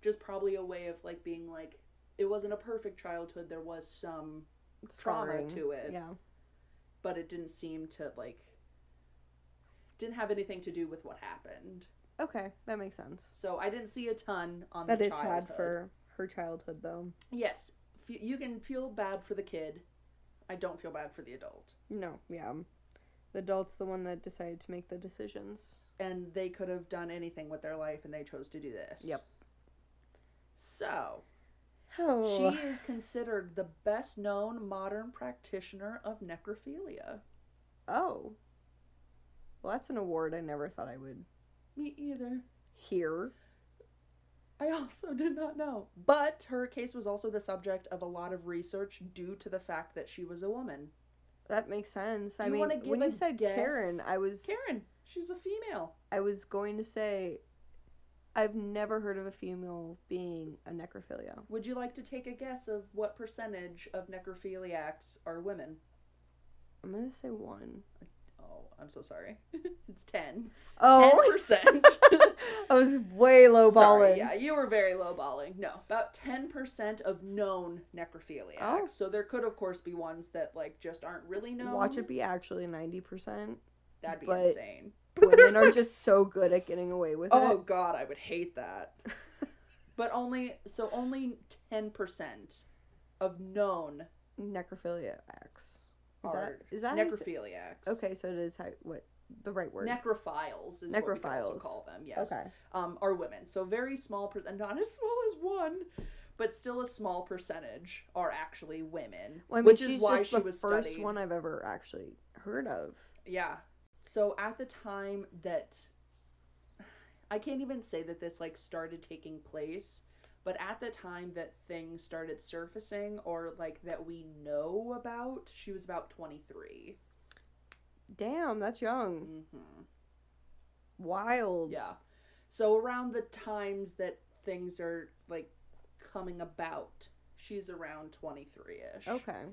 Speaker 1: Just probably a way of like being like it wasn't a perfect childhood. There was some,
Speaker 2: It's
Speaker 1: Trauma
Speaker 2: jarring.
Speaker 1: to it.
Speaker 2: Yeah.
Speaker 1: but it didn't seem to like didn't have anything to do with what happened.
Speaker 2: Okay, that makes sense.
Speaker 1: So I didn't see a ton on
Speaker 2: That
Speaker 1: the
Speaker 2: is
Speaker 1: childhood.
Speaker 2: sad for her childhood, though.
Speaker 1: yes. F- you can feel bad for the kid. I don't feel bad for the adult.
Speaker 2: No, yeah. The adult's the one that decided to make the decisions.
Speaker 1: and they could have done anything with their life and they chose to do this.
Speaker 2: Yep.
Speaker 1: So,
Speaker 2: Oh,
Speaker 1: she is considered the best known modern practitioner of necrophilia.
Speaker 2: oh. Well, that's an award I never thought I would
Speaker 1: Me either.
Speaker 2: hear.
Speaker 1: I also did not know. But her case was also the subject of a lot of research due to the fact that she was a woman.
Speaker 2: That makes sense. I
Speaker 1: You
Speaker 2: mean,
Speaker 1: wanna give
Speaker 2: when
Speaker 1: a
Speaker 2: you said
Speaker 1: guess?
Speaker 2: Karen, I was
Speaker 1: Karen, she's a female.
Speaker 2: I was going to say, I've never heard of a female being a necrophilia.
Speaker 1: Would you like to take a guess of what percentage of necrophiliacs are women?
Speaker 2: I'm gonna say one.
Speaker 1: Oh, I'm so sorry. it's 10.
Speaker 2: Oh,
Speaker 1: 10%.
Speaker 2: I was way low
Speaker 1: Sorry,
Speaker 2: balling.
Speaker 1: yeah, you were very low balling. No, about 10% of known necrophiliacs.
Speaker 2: Oh.
Speaker 1: So there could, of course, be ones that, like, just aren't really known.
Speaker 2: Watch it be actually ninety percent.
Speaker 1: That'd be
Speaker 2: but-
Speaker 1: insane.
Speaker 2: Women
Speaker 1: there's,
Speaker 2: are
Speaker 1: like,
Speaker 2: just so good at getting away with
Speaker 1: Oh,
Speaker 2: it.
Speaker 1: God, I would hate that. but only, so only 10% of known
Speaker 2: Necrophilia X. Is that
Speaker 1: are
Speaker 2: is that how you say-
Speaker 1: necrophiliacs.
Speaker 2: okay? So it is how, what the right word?
Speaker 1: Necrophiles is what we could also
Speaker 2: Necrophiles.
Speaker 1: call them, yes.
Speaker 2: Okay.
Speaker 1: Um, are women. So very small, per- not as small as one, but still a small percentage are actually women.
Speaker 2: Well, I mean,
Speaker 1: which
Speaker 2: she's
Speaker 1: is why
Speaker 2: just
Speaker 1: she
Speaker 2: the
Speaker 1: was
Speaker 2: first
Speaker 1: studied.
Speaker 2: one I've ever actually heard of.
Speaker 1: Yeah. So at the time that I can't even say that this like started taking place, but at the time that things started surfacing or like that we know about, she was about 23.
Speaker 2: Damn, that's young.
Speaker 1: Mhm.
Speaker 2: Wild.
Speaker 1: Yeah. So around the times that things are like coming about, she's around 23ish.
Speaker 2: Okay.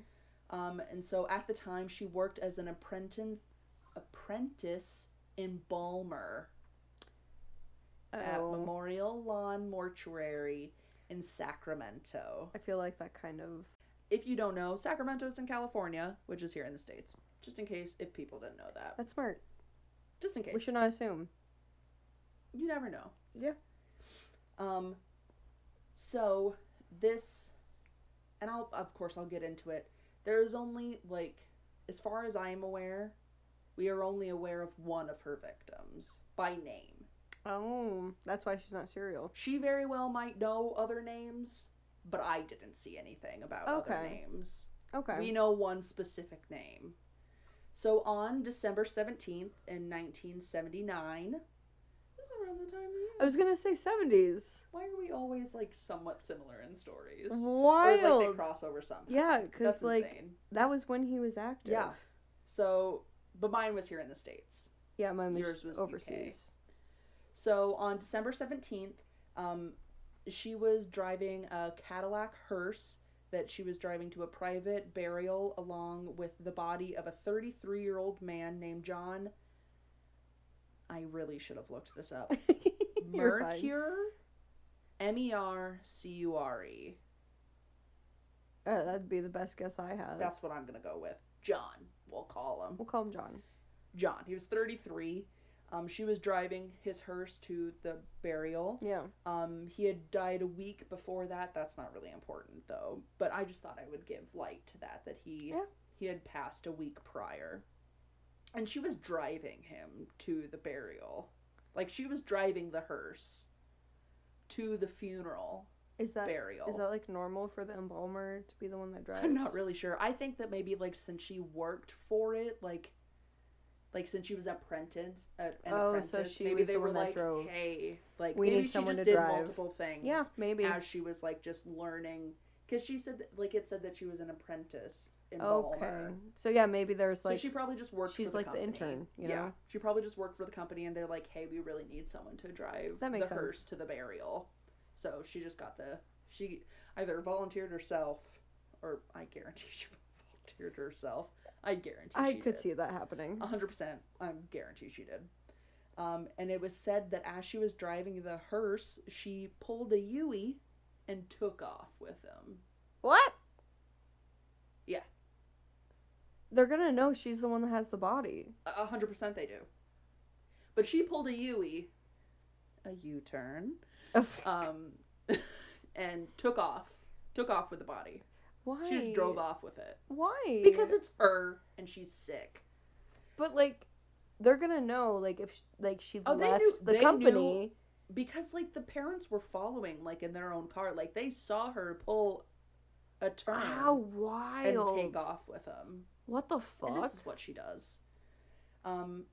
Speaker 1: Um, and so at the time, she worked as an apprentice apprentice embalmer at
Speaker 2: Oh.
Speaker 1: Memorial Lawn Mortuary in Sacramento.
Speaker 2: I feel like that kind of
Speaker 1: If you don't know, Sacramento's in California, which is here in the States. Just in case, if people didn't know that.
Speaker 2: that's smart.
Speaker 1: Just in case.
Speaker 2: We should not assume.
Speaker 1: you never know.
Speaker 2: Yeah.
Speaker 1: Um so this and I'll of course I'll get into it. There is only like as far as I am aware, we are only aware of one of her victims by name.
Speaker 2: Oh, that's why she's not serial.
Speaker 1: She very well might know other names, but I didn't see anything about other
Speaker 2: Okay.
Speaker 1: names.
Speaker 2: Okay.
Speaker 1: We know one specific name. So on December 17th in 1979, this is around the time of the year.
Speaker 2: I was gonna say seventies.
Speaker 1: Why are we always like somewhat similar in stories?
Speaker 2: Wild.
Speaker 1: Or like they cross over somehow.
Speaker 2: yeah,
Speaker 1: That's
Speaker 2: because like
Speaker 1: insane.
Speaker 2: that was when he was active.
Speaker 1: Yeah. So, but mine was here in the States.
Speaker 2: Yeah, mine was,
Speaker 1: Yours was UK.
Speaker 2: overseas.
Speaker 1: So on December 17th, um, she was driving a Cadillac hearse that she was driving to a private burial along with the body of a 33 year old man named John. I really should have looked this up.
Speaker 2: You're fine.
Speaker 1: Mercure? M E R C U R E.
Speaker 2: Uh, that'd be the best guess I have.
Speaker 1: That's what I'm going to go with. John, we'll call him.
Speaker 2: We'll call him John.
Speaker 1: John. He was 33. Um, she was driving his hearse to the burial.
Speaker 2: Yeah.
Speaker 1: Um, he had died a week before that. That's not really important though. But I just thought I would give light to that that he
Speaker 2: Yeah.
Speaker 1: he had passed a week prior, and she was driving him to the burial. Like she was driving the hearse to the funeral
Speaker 2: Is that is
Speaker 1: burial.
Speaker 2: that like normal for the embalmer to be the one that drives?
Speaker 1: I'm not really sure. I think that maybe like since she worked for it, like, like since she was apprentice, uh, an
Speaker 2: Oh,
Speaker 1: apprentice,
Speaker 2: so she
Speaker 1: maybe
Speaker 2: was
Speaker 1: they
Speaker 2: the
Speaker 1: were
Speaker 2: one that
Speaker 1: like,
Speaker 2: drove.
Speaker 1: hey, like
Speaker 2: We
Speaker 1: maybe
Speaker 2: need
Speaker 1: she
Speaker 2: someone
Speaker 1: just
Speaker 2: to
Speaker 1: did
Speaker 2: drive.
Speaker 1: multiple things.
Speaker 2: Yeah, maybe.
Speaker 1: as she was like just learning, because she said that, like it said that she was an apprentice in
Speaker 2: Okay.
Speaker 1: Balmer.
Speaker 2: So yeah, maybe there's
Speaker 1: So
Speaker 2: like
Speaker 1: she probably just worked.
Speaker 2: she's
Speaker 1: for the
Speaker 2: like the
Speaker 1: company.
Speaker 2: intern, you
Speaker 1: Yeah,
Speaker 2: know?
Speaker 1: she probably just worked for the company, and they're like, "Hey, we really need someone to drive
Speaker 2: That makes
Speaker 1: the hearse
Speaker 2: sense.
Speaker 1: to the burial." So she just got the she either volunteered herself, or I guarantee she volunteered herself. I guarantee.
Speaker 2: I
Speaker 1: she
Speaker 2: could
Speaker 1: did. Uh-huh.
Speaker 2: see that happening.
Speaker 1: A hundred percent. I guarantee she did. Um, and it was said that as she was driving the hearse, she pulled a Yui and took off with him.
Speaker 2: What?
Speaker 1: Yeah.
Speaker 2: They're gonna know she's the one that has the body.
Speaker 1: A a hundred percent, they do. But she pulled a E. Yui, a U turn. um, and took off. Took off with the body.
Speaker 2: Why?
Speaker 1: Uh, She just drove off with it
Speaker 2: Why?
Speaker 1: because it's her and she's sick.
Speaker 2: but like they're gonna know like if sh like she
Speaker 1: Oh, they
Speaker 2: left
Speaker 1: knew-
Speaker 2: the
Speaker 1: they
Speaker 2: company.
Speaker 1: Because like the parents were following like in their own car, like they saw her pull a turn
Speaker 2: How
Speaker 1: and
Speaker 2: wild!
Speaker 1: take off with him.
Speaker 2: What the
Speaker 1: And
Speaker 2: fuck?
Speaker 1: this is what she does. Um,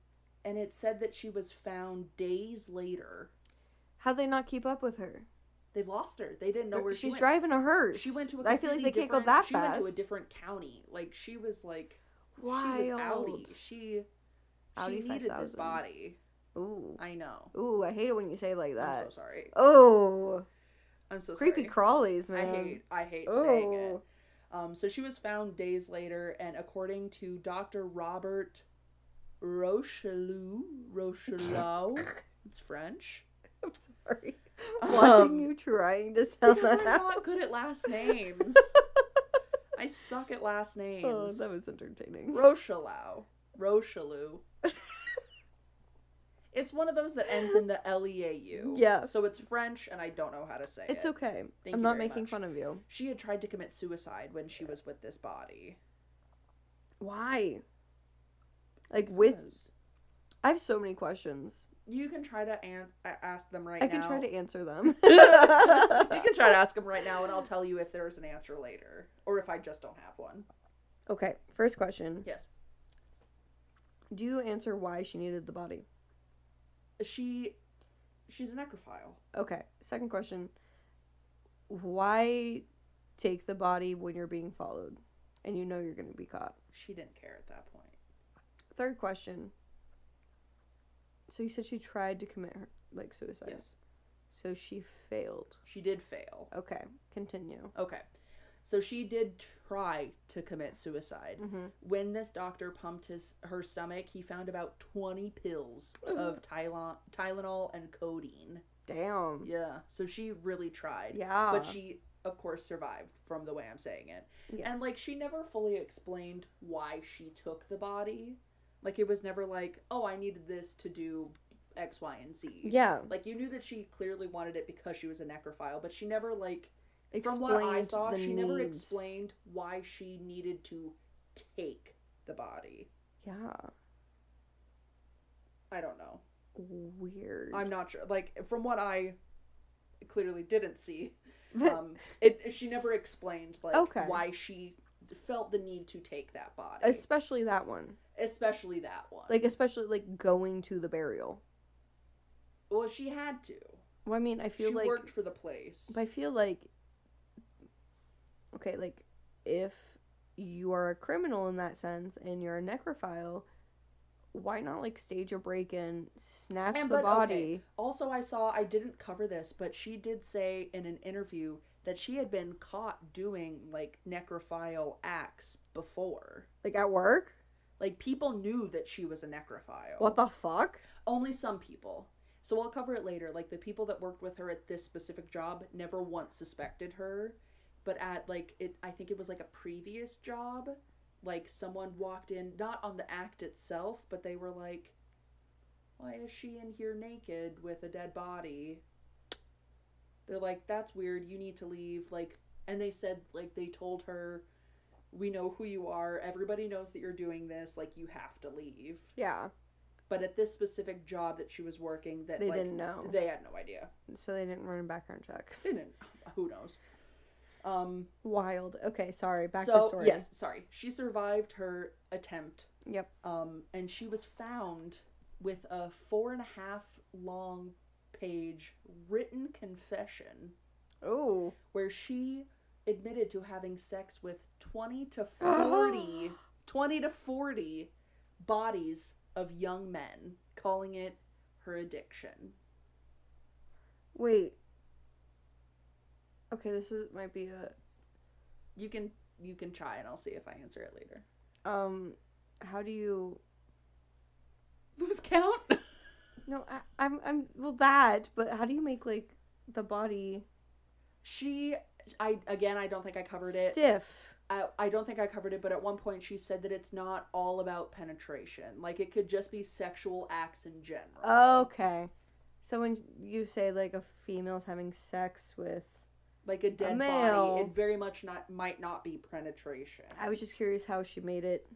Speaker 1: and it said that she was found days later.
Speaker 2: How'd they not keep up with her?
Speaker 1: They lost her. They didn't know
Speaker 2: They're-
Speaker 1: where she
Speaker 2: She's
Speaker 1: went.
Speaker 2: driving a hearse.
Speaker 1: She went to. A
Speaker 2: I feel like
Speaker 1: completely
Speaker 2: they can't go
Speaker 1: different-
Speaker 2: that
Speaker 1: she
Speaker 2: fast.
Speaker 1: went to a different county. Like she was like
Speaker 2: Wild.
Speaker 1: she was outie. She
Speaker 2: Audi
Speaker 1: she needed this
Speaker 2: 5000.
Speaker 1: body.
Speaker 2: Ooh.
Speaker 1: I know.
Speaker 2: Ooh, I hate it when you say it like
Speaker 1: I'm
Speaker 2: that.
Speaker 1: so sorry.
Speaker 2: oh,
Speaker 1: I'm so
Speaker 2: creepy
Speaker 1: sorry.
Speaker 2: crawlies,
Speaker 1: I
Speaker 2: man.
Speaker 1: hate I hate saying it.
Speaker 2: Oh,
Speaker 1: Um, so she was found days later, and according to Dr. Robert Rocheleau, Rocheleau, it's French.
Speaker 2: I'm sorry.
Speaker 1: Um,
Speaker 2: Watching you trying to sound
Speaker 1: Because I'm
Speaker 2: that out.
Speaker 1: not good at last names. I suck at last names.
Speaker 2: Oh, that was entertaining.
Speaker 1: Rochelau. Rocheleau. it's one of those that ends in the L E A U.
Speaker 2: Yeah.
Speaker 1: So it's French, and I don't know how to say
Speaker 2: It's
Speaker 1: it.
Speaker 2: okay.
Speaker 1: Thank
Speaker 2: I'm
Speaker 1: you
Speaker 2: not
Speaker 1: very
Speaker 2: making
Speaker 1: much.
Speaker 2: fun of you.
Speaker 1: She had tried to commit suicide when she was with this body.
Speaker 2: Why? Like with,
Speaker 1: Because
Speaker 2: I have so many questions.
Speaker 1: you can try to an- a- ask them right
Speaker 2: I
Speaker 1: now.
Speaker 2: can try to answer them.
Speaker 1: you can try to ask them right now, and I'll tell you if there's an answer later, or if I just don't have one.
Speaker 2: okay, first question.
Speaker 1: Yes.
Speaker 2: Do you answer why she needed the body?
Speaker 1: She, she's a necrophile.
Speaker 2: Okay. Second question. Why take the body when you're being followed and you know you're going to be caught?
Speaker 1: She didn't care at that point.
Speaker 2: Third question. So you said she tried to commit her, like suicide.
Speaker 1: Yes.
Speaker 2: So she failed.
Speaker 1: She did fail.
Speaker 2: Okay. Continue.
Speaker 1: Okay. So she did try to commit suicide.
Speaker 2: Mm-hmm.
Speaker 1: When this doctor pumped his her stomach, he found about 20 pills of Tylenol, Tylenol and codeine.
Speaker 2: Damn.
Speaker 1: Yeah. So she really tried.
Speaker 2: Mm. Yeah.
Speaker 1: But she of course survived from the way I'm saying it. And
Speaker 2: Yes.
Speaker 1: like she never fully explained why she took the body. Like it was never like, "Oh, I needed this to do X, Y, and Z."
Speaker 2: yeah.
Speaker 1: Like you knew that she clearly wanted it because she was a necrophile, but she never like
Speaker 2: Explained
Speaker 1: from what I saw,
Speaker 2: the
Speaker 1: she never
Speaker 2: needs.
Speaker 1: explained why she needed to take the body.
Speaker 2: Yeah.
Speaker 1: I don't know.
Speaker 2: Weird.
Speaker 1: I'm not sure. Like from what I clearly didn't see,
Speaker 2: But-
Speaker 1: um, it she never explained like
Speaker 2: Okay.
Speaker 1: why she felt the need to take that body,
Speaker 2: especially that one.
Speaker 1: especially that one.
Speaker 2: Like especially like going to the burial.
Speaker 1: well, she had to.
Speaker 2: Well, I mean, I feel
Speaker 1: She
Speaker 2: like
Speaker 1: worked for the place.
Speaker 2: But I feel like okay, like if you are a criminal in that sense and you're a necrophile, why not like stage a break in, snatch
Speaker 1: And-
Speaker 2: the
Speaker 1: but,
Speaker 2: body?
Speaker 1: Also, I saw, I didn't cover this, but she did say in an interview that she had been caught doing like necrophile acts before.
Speaker 2: Like at work?
Speaker 1: Like people knew that she was a necrophile.
Speaker 2: What the fuck?
Speaker 1: Only some people. So I'll cover it later. Like the people that worked with her at this specific job never once suspected her, but at like it I think it was like a previous job, like someone walked in not on the act itself, but they were like why is she in here naked with a dead body? They're like that's weird. You need to leave like and they said like they told her we know who you are. Everybody knows that you're doing this. Like you have to leave
Speaker 2: Yeah.
Speaker 1: but at this specific job that she was working that
Speaker 2: They
Speaker 1: like,
Speaker 2: didn't know.
Speaker 1: they had no idea
Speaker 2: So they didn't run a background check.
Speaker 1: they didn't who knows um
Speaker 2: Wild. Okay, sorry, back
Speaker 1: so
Speaker 2: to story.
Speaker 1: yes sorry she survived her attempt
Speaker 2: Yep.
Speaker 1: um and she was found with a four and a half long page written confession
Speaker 2: Oh.
Speaker 1: where she admitted to having sex with 20 to 40 20 to 40 bodies of young men calling it her addiction
Speaker 2: Wait. Okay, this is might be a
Speaker 1: You can you can try and I'll see if I answer it later.
Speaker 2: um how do you
Speaker 1: Lose count?
Speaker 2: No, I, I'm, I'm, well, that, but how do you make, like, the body
Speaker 1: she I again I don't think I covered it.
Speaker 2: stiff?
Speaker 1: I, I don't think I covered it, but at one point she said that it's not all about penetration. Like it could just be sexual acts in general.
Speaker 2: Okay. So when you say, like, a female's having sex with,
Speaker 1: Like a dead
Speaker 2: male.
Speaker 1: body, it very much not might not be penetration.
Speaker 2: I was just curious how she made it.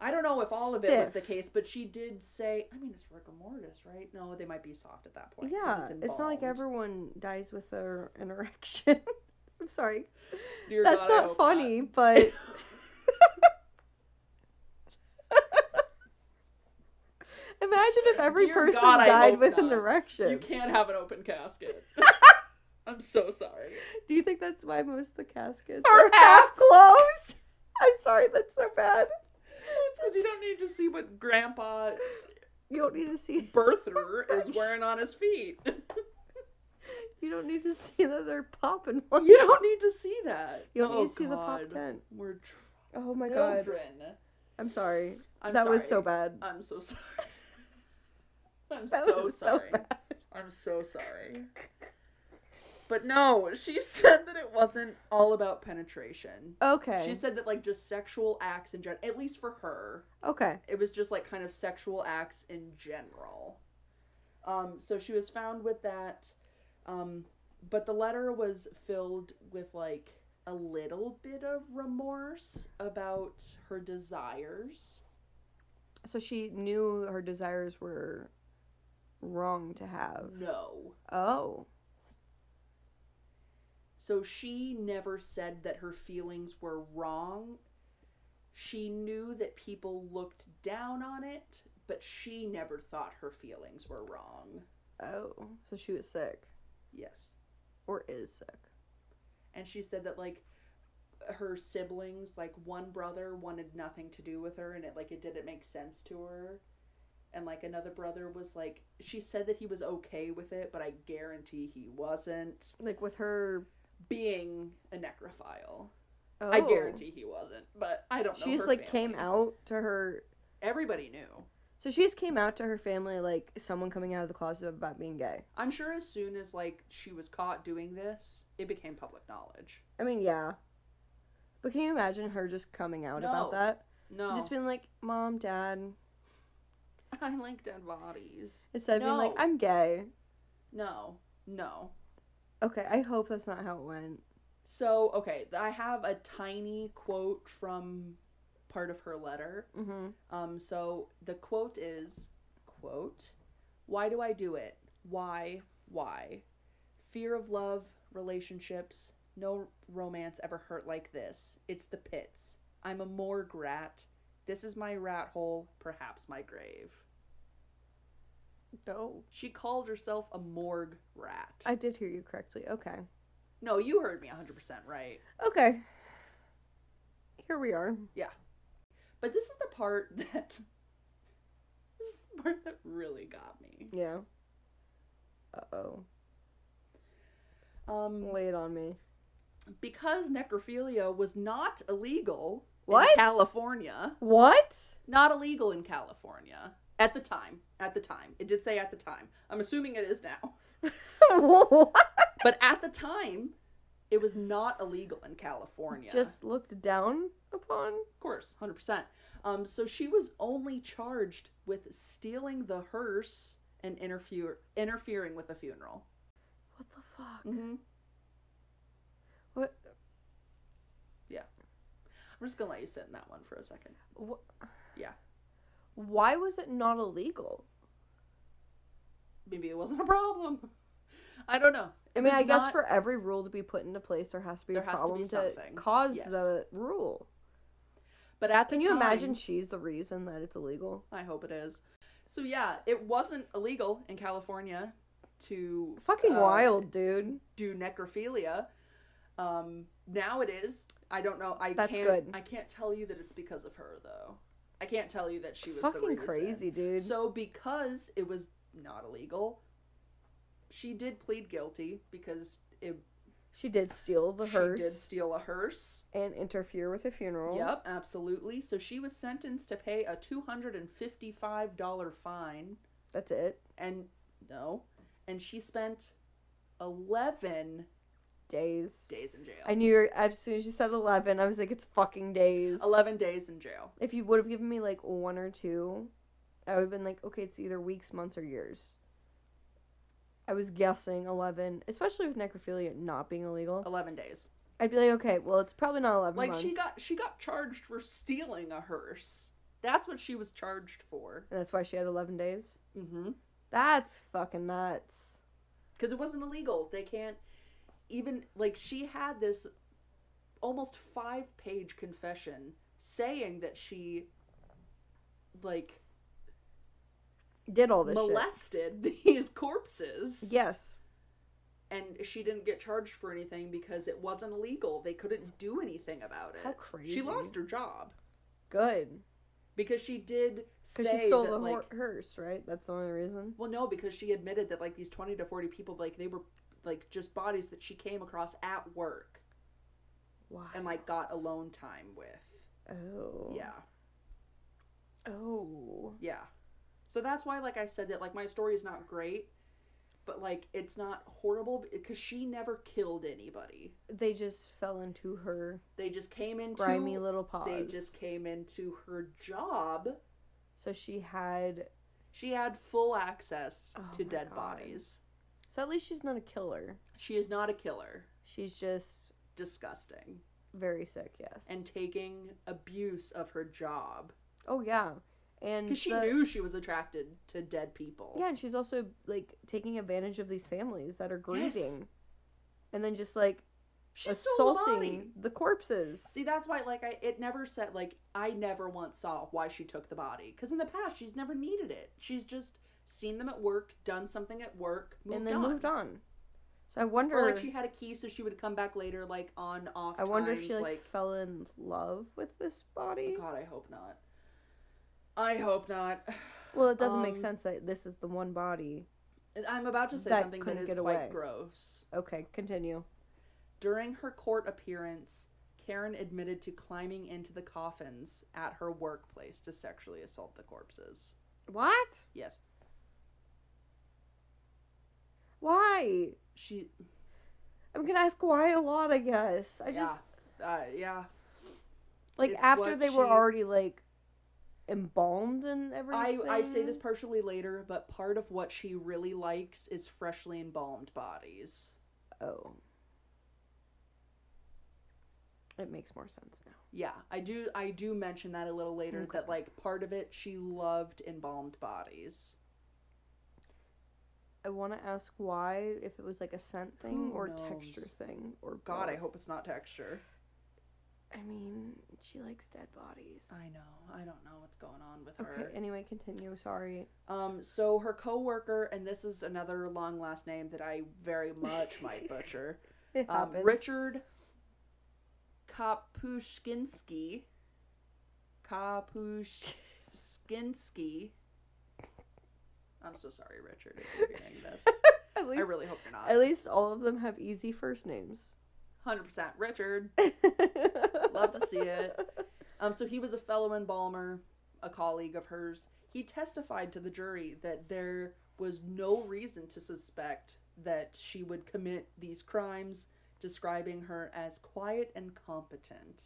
Speaker 1: I don't know if all of it was
Speaker 2: Stiff.
Speaker 1: the case, but she did say. I mean, it's rigor mortis, right? No, they might be soft at that point. 'cause
Speaker 2: yeah, it's, not like
Speaker 1: embalmed.
Speaker 2: everyone dies with a, an erection. I'm sorry.
Speaker 1: Dear
Speaker 2: That's
Speaker 1: God, I
Speaker 2: not
Speaker 1: hope
Speaker 2: funny, but. Imagine if every
Speaker 1: Dear
Speaker 2: person
Speaker 1: God, I
Speaker 2: died
Speaker 1: hope
Speaker 2: with an
Speaker 1: not.
Speaker 2: erection.
Speaker 1: You can't have an open casket. I'm so sorry.
Speaker 2: Do you think that's why most of the caskets
Speaker 1: Are
Speaker 2: are half closed? I'm sorry, that's so bad.
Speaker 1: It's because you don't need to see what Grandpa
Speaker 2: You don't need to see. Oh
Speaker 1: Birther is wearing on his feet.
Speaker 2: You don't need to see that they're popping one.
Speaker 1: You don't need to see that.
Speaker 2: You don't
Speaker 1: Oh,
Speaker 2: need to see the pop
Speaker 1: God.
Speaker 2: tent.
Speaker 1: We're
Speaker 2: Oh my god.
Speaker 1: children.
Speaker 2: I'm sorry.
Speaker 1: I'm
Speaker 2: that was
Speaker 1: sorry.
Speaker 2: so bad.
Speaker 1: I'm so sorry. I'm
Speaker 2: That
Speaker 1: so
Speaker 2: was
Speaker 1: sorry.
Speaker 2: so bad.
Speaker 1: I'm so sorry. But no, she said that it wasn't all about penetration.
Speaker 2: Okay.
Speaker 1: She said that like just sexual acts in general, at least for her,
Speaker 2: okay.
Speaker 1: it was just like kind of sexual acts in general. Um, so she was found with that, um, but the letter was filled with like a little bit of remorse about her desires.
Speaker 2: So she knew her desires were wrong to have.
Speaker 1: No.
Speaker 2: Oh.
Speaker 1: So she never said that her feelings were wrong. She knew that people looked down on it, but she never thought her feelings were wrong.
Speaker 2: Oh. So she was sick.
Speaker 1: Yes.
Speaker 2: Or is sick.
Speaker 1: and she said that like her siblings like one brother wanted nothing to do with her and it like it didn't make sense to her and like another brother was like she said that he was okay with it but i guarantee he wasn't
Speaker 2: Like with her.
Speaker 1: being a necrophile I
Speaker 2: Oh.
Speaker 1: guarantee he wasn't, but I don't know.
Speaker 2: She just
Speaker 1: her
Speaker 2: like came
Speaker 1: family.
Speaker 2: out to her.
Speaker 1: Everybody knew.
Speaker 2: So she just came out to her family like someone coming out of the closet about being gay.
Speaker 1: I'm sure as soon as like she was caught doing this, it became public knowledge.
Speaker 2: I mean, yeah. But can you imagine her just coming out
Speaker 1: No.
Speaker 2: about that?
Speaker 1: No,
Speaker 2: Just being like, "Mom, Dad,"
Speaker 1: I like dead bodies.
Speaker 2: instead of being like,
Speaker 1: No.
Speaker 2: "I'm gay."
Speaker 1: No, no.
Speaker 2: Okay, I hope that's not how it went.
Speaker 1: So okay, th- I have a tiny quote from part of her letter.
Speaker 2: Mm-hmm.
Speaker 1: Um, so the quote is, quote, why do I do it? Why? Why? Fear of love, relationships, no romance ever hurt like this. It's the pits. I'm a morgue rat. This is my rat hole, perhaps my grave.
Speaker 2: No.
Speaker 1: She called herself a morgue rat.
Speaker 2: I did hear you correctly. Okay.
Speaker 1: no, you heard me 100% right.
Speaker 2: Okay. Here we are.
Speaker 1: But this is the part that this is the part that really got me.
Speaker 2: Yeah. Uh oh.
Speaker 1: Um
Speaker 2: Lay it on me.
Speaker 1: because necrophilia was not illegal
Speaker 2: What?
Speaker 1: in California.
Speaker 2: What?
Speaker 1: Not illegal in California at the time. At the time, it did say at the time. I'm assuming it is now,
Speaker 2: what?
Speaker 1: but at the time, it was not illegal in California.
Speaker 2: Just looked down upon?
Speaker 1: of course, hundred percent. Um, so she was only charged with stealing the hearse and interfere interfering with the funeral.
Speaker 2: What the fuck?
Speaker 1: Mm-hmm.
Speaker 2: What?
Speaker 1: I'm just gonna let you sit in that one for a second.
Speaker 2: Wh-
Speaker 1: Yeah.
Speaker 2: Why was it not illegal?
Speaker 1: Maybe it wasn't a problem. I don't know. It
Speaker 2: I mean,
Speaker 1: was
Speaker 2: I guess
Speaker 1: not-
Speaker 2: for every rule to be put into place, there has to be
Speaker 1: There
Speaker 2: a
Speaker 1: has to be
Speaker 2: problem to,
Speaker 1: something.
Speaker 2: cause
Speaker 1: Yes.
Speaker 2: the rule.
Speaker 1: But at the
Speaker 2: Can you
Speaker 1: time-
Speaker 2: imagine she's the reason that it's illegal?
Speaker 1: I hope it is. So yeah, it wasn't illegal in California to
Speaker 2: Fucking
Speaker 1: uh,
Speaker 2: wild, dude.
Speaker 1: do necrophilia. Um, now it is. I don't know. I
Speaker 2: That's
Speaker 1: can't.
Speaker 2: good.
Speaker 1: I can't tell you that it's because of her though. I can't tell you that she was the
Speaker 2: Fucking
Speaker 1: reason.
Speaker 2: crazy, dude.
Speaker 1: So because it was not illegal, she did plead guilty because it,
Speaker 2: she did steal the hearse
Speaker 1: she did steal a hearse.
Speaker 2: and interfere with a funeral.
Speaker 1: Yep, absolutely. So she was sentenced to pay a two hundred and fifty-five dollar fine.
Speaker 2: That's it.
Speaker 1: and no, and she spent eleven
Speaker 2: Days.
Speaker 1: days in jail.
Speaker 2: I knew you were, as soon as you said 11, I was like, it's fucking days.
Speaker 1: eleven days in jail.
Speaker 2: If you would have given me like one or two, I would have been like, okay, it's either weeks, months, or years. I was guessing 11, especially with necrophilia not being illegal.
Speaker 1: Eleven days.
Speaker 2: I'd be like, okay, well, it's probably not 11
Speaker 1: Like
Speaker 2: months.
Speaker 1: she got she got charged for stealing a hearse. That's what she was charged for.
Speaker 2: And that's why she had 11 days.
Speaker 1: Mm-hmm.
Speaker 2: That's fucking nuts.
Speaker 1: Because it wasn't illegal. They can't even like she had this almost five page confession saying that she like
Speaker 2: Did all this
Speaker 1: molested these corpses.
Speaker 2: shit. Yes.
Speaker 1: and she didn't get charged for anything because it wasn't illegal. They couldn't do anything about it.
Speaker 2: How
Speaker 1: She
Speaker 2: crazy.
Speaker 1: lost her job
Speaker 2: Good.
Speaker 1: because she did
Speaker 2: Because she
Speaker 1: say
Speaker 2: stole
Speaker 1: that,
Speaker 2: the
Speaker 1: like,
Speaker 2: hor hearse, right? That's the only reason.
Speaker 1: well, no, because she admitted that like these twenty to forty people, like they were like just bodies that she came across at work
Speaker 2: Wow.
Speaker 1: and like got alone time with.
Speaker 2: Oh.
Speaker 1: Yeah,
Speaker 2: Oh.
Speaker 1: yeah. So that's why, like I said, that like my story is not great, but like it's not horrible because she never killed anybody.
Speaker 2: They just fell into her
Speaker 1: They just came into
Speaker 2: grimy little paws.
Speaker 1: they just came into her job
Speaker 2: So she had.
Speaker 1: She had full access
Speaker 2: Oh
Speaker 1: to
Speaker 2: my
Speaker 1: dead
Speaker 2: God.
Speaker 1: bodies.
Speaker 2: So at least she's not a killer.
Speaker 1: She is not a killer.
Speaker 2: She's just
Speaker 1: Disgusting.
Speaker 2: very sick. Yes.
Speaker 1: And taking abuse of her job.
Speaker 2: oh yeah, and
Speaker 1: Because she
Speaker 2: the-
Speaker 1: knew she was attracted to dead people.
Speaker 2: Yeah, and she's also like taking advantage of these families that are grieving,
Speaker 1: Yes.
Speaker 2: and then just like
Speaker 1: She stole the body.
Speaker 2: assaulting the corpses.
Speaker 1: See, that's why, like, I it never said, like, I never once saw why she took the body. Because in the past, she's never needed it. She's just seen them at work, done something at work, moved
Speaker 2: and then
Speaker 1: on.
Speaker 2: moved on. So I wonder.
Speaker 1: Or, like, she had a key, so she would come back later, like, on off.
Speaker 2: I wonder if
Speaker 1: times,
Speaker 2: she like,
Speaker 1: like
Speaker 2: fell in love with this body.
Speaker 1: Oh God, I hope not. I hope not.
Speaker 2: Well, it doesn't make
Speaker 1: Um,
Speaker 2: sense that this is the one body.
Speaker 1: I'm about to say
Speaker 2: That
Speaker 1: something that
Speaker 2: couldn't
Speaker 1: is
Speaker 2: get
Speaker 1: quite
Speaker 2: away.
Speaker 1: gross.
Speaker 2: Okay, continue.
Speaker 1: During her court appearance, Karen admitted to climbing into the coffins at her workplace to sexually assault the corpses.
Speaker 2: What?
Speaker 1: Yes.
Speaker 2: Why?
Speaker 1: She.
Speaker 2: I'm gonna ask why a lot, I guess. I just
Speaker 1: Yeah. Uh, yeah.
Speaker 2: like
Speaker 1: It's
Speaker 2: after
Speaker 1: what
Speaker 2: they were
Speaker 1: she-
Speaker 2: already like embalmed and
Speaker 1: I,
Speaker 2: everything.
Speaker 1: I say this partially later, but part of what she really likes is freshly embalmed bodies.
Speaker 2: Oh. It makes more sense now.
Speaker 1: Yeah, I do I do mention that a little later
Speaker 2: Okay.
Speaker 1: that like part of it she loved embalmed bodies.
Speaker 2: I want to ask why, if it was like a scent thing
Speaker 1: Who
Speaker 2: or
Speaker 1: knows?
Speaker 2: texture thing or
Speaker 1: God, I
Speaker 2: both.
Speaker 1: hope it's not texture.
Speaker 2: I mean, she likes dead bodies.
Speaker 1: I know. I don't know what's going on with her.
Speaker 2: Okay. Anyway, continue. Sorry.
Speaker 1: Um, so her coworker, and this is another long last name that I very much might butcher.
Speaker 2: It
Speaker 1: Um,
Speaker 2: happens.
Speaker 1: Richard Kapushkinsky. Kapushkinsky. I'm so sorry, Richard, if you're hearing this. I
Speaker 2: At least,
Speaker 1: really hope you're
Speaker 2: at
Speaker 1: not.
Speaker 2: least all of them have easy first names.
Speaker 1: 100% Richard.
Speaker 2: Love
Speaker 1: to see it. Um, so he was a fellow embalmer, a colleague of hers. He testified to the jury that there was no reason to suspect that she would commit these crimes, describing her as quiet and competent.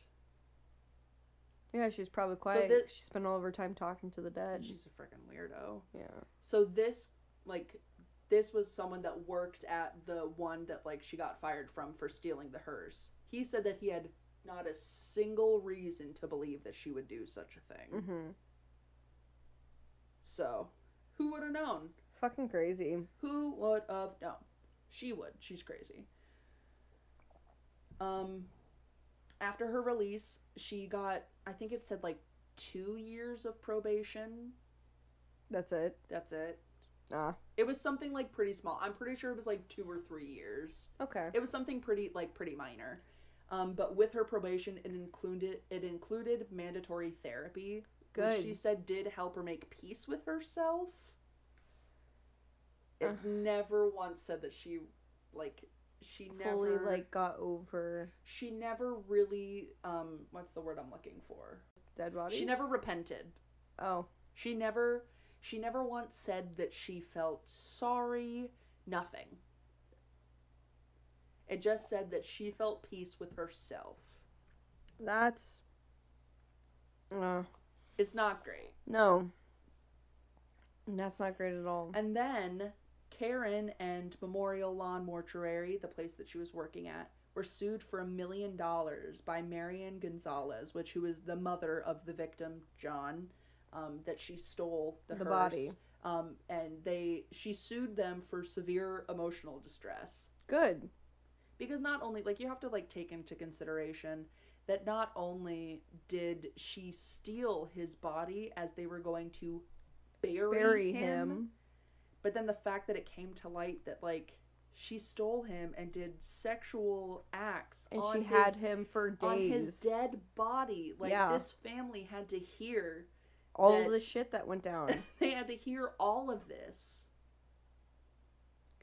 Speaker 2: Yeah, she's probably quiet.
Speaker 1: thi-
Speaker 2: she spent all of her time talking to the dead.
Speaker 1: And she's a freaking weirdo.
Speaker 2: yeah.
Speaker 1: Mm. So this, like, this was someone that worked at the one that, like, she got fired from for stealing the hers. He said that he had not a single reason to believe that she would do such a thing.
Speaker 2: Mm-hmm.
Speaker 1: So, who would have known?
Speaker 2: Fucking crazy.
Speaker 1: Who would have known? She would. She's crazy. Um, after her release, she got, I think it said like two years of probation.
Speaker 2: That's it.
Speaker 1: That's it.
Speaker 2: Ah.
Speaker 1: It was something like pretty small. I'm pretty sure it was like two or three years.
Speaker 2: Okay.
Speaker 1: It was something pretty like pretty minor. Um, but with her probation, it included it included mandatory therapy,
Speaker 2: Good.
Speaker 1: which she said did help her make peace with herself. It
Speaker 2: Uh.
Speaker 1: never once said that she, like, she
Speaker 2: Fully
Speaker 1: never
Speaker 2: like got over
Speaker 1: she never really um what's the word I'm looking for?
Speaker 2: dead bodies.
Speaker 1: She never repented.
Speaker 2: Oh.
Speaker 1: She never she never once said that she felt sorry, nothing. It just said that she felt peace with herself.
Speaker 2: That's. Uh,
Speaker 1: It's not great.
Speaker 2: no. That's not great at all.
Speaker 1: And then Karen and Memorial Lawn Mortuary, the place that she was working at, were sued for a million dollars by Marian Gonzalez, which who is the mother of the victim John, um, that she stole the,
Speaker 2: The
Speaker 1: hearse.
Speaker 2: body.
Speaker 1: Um, and they she sued them for severe emotional distress
Speaker 2: Good.
Speaker 1: because not only like you have to like take into consideration that not only did she steal his body as they were going to bury,
Speaker 2: Bury
Speaker 1: him,
Speaker 2: him.
Speaker 1: but then the fact that it came to light that like she stole him and did sexual acts
Speaker 2: And
Speaker 1: on
Speaker 2: she
Speaker 1: his,
Speaker 2: had him for days.
Speaker 1: on his dead body like
Speaker 2: Yeah.
Speaker 1: this family had to hear
Speaker 2: all
Speaker 1: that-
Speaker 2: of the shit that went down.
Speaker 1: they had to hear all of this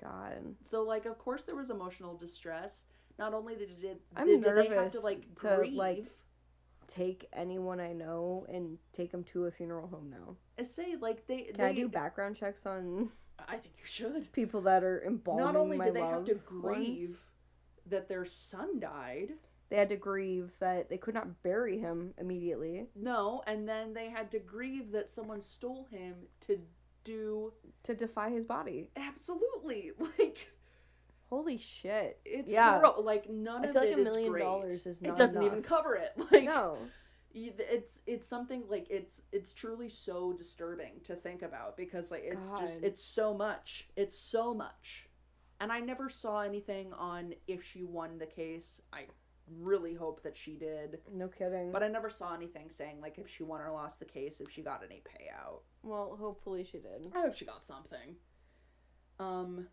Speaker 2: God.
Speaker 1: so like of course there was emotional distress not only did it did,
Speaker 2: I'm
Speaker 1: did they have to
Speaker 2: nervous
Speaker 1: like
Speaker 2: to,
Speaker 1: grieve,
Speaker 2: like, Take anyone I know and take them to a funeral home now.
Speaker 1: I say like they
Speaker 2: Can
Speaker 1: they,
Speaker 2: I do background checks on
Speaker 1: I think you should.
Speaker 2: people that are embalming
Speaker 1: Not only
Speaker 2: my
Speaker 1: did they have
Speaker 2: loved
Speaker 1: to grieve
Speaker 2: ones?
Speaker 1: that their son died,
Speaker 2: They had to grieve that they could not bury him immediately
Speaker 1: no, and then they had to grieve that someone stole him to do
Speaker 2: to defy his body.
Speaker 1: absolutely like
Speaker 2: Holy shit.
Speaker 1: it's
Speaker 2: Yeah.
Speaker 1: horrible. like none
Speaker 2: I
Speaker 1: of
Speaker 2: feel
Speaker 1: it
Speaker 2: like a
Speaker 1: is
Speaker 2: million
Speaker 1: great.
Speaker 2: dollars is not
Speaker 1: it doesn't
Speaker 2: enough.
Speaker 1: even cover it. Like
Speaker 2: No.
Speaker 1: y- e, it's it's something like it's it's truly so disturbing to think about because like it's just
Speaker 2: God.
Speaker 1: it's so much it's so much and i never saw anything on if she won the case i really hope that she did
Speaker 2: No kidding.
Speaker 1: but i never saw anything saying like if she won or lost the case if she got any payout
Speaker 2: well, hopefully she did.
Speaker 1: i hope she got something um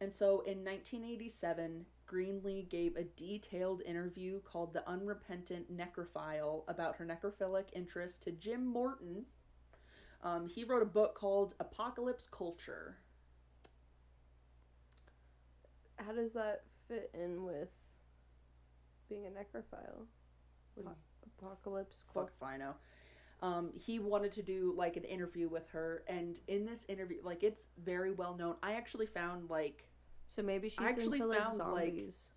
Speaker 1: and so in 1987 greenlee gave a detailed interview called the unrepentant necrophile about her necrophilic interest to jim morton um, he wrote a book called apocalypse culture
Speaker 2: How does that fit in with being a necrophile?
Speaker 1: What do you-
Speaker 2: Apocalypse. Quo-
Speaker 1: fuck if I know. Um, he wanted to do like an interview with her, and in this interview, like it's very well known. I actually found like
Speaker 2: So maybe she's
Speaker 1: actually
Speaker 2: into like
Speaker 1: found, like,
Speaker 2: zombies.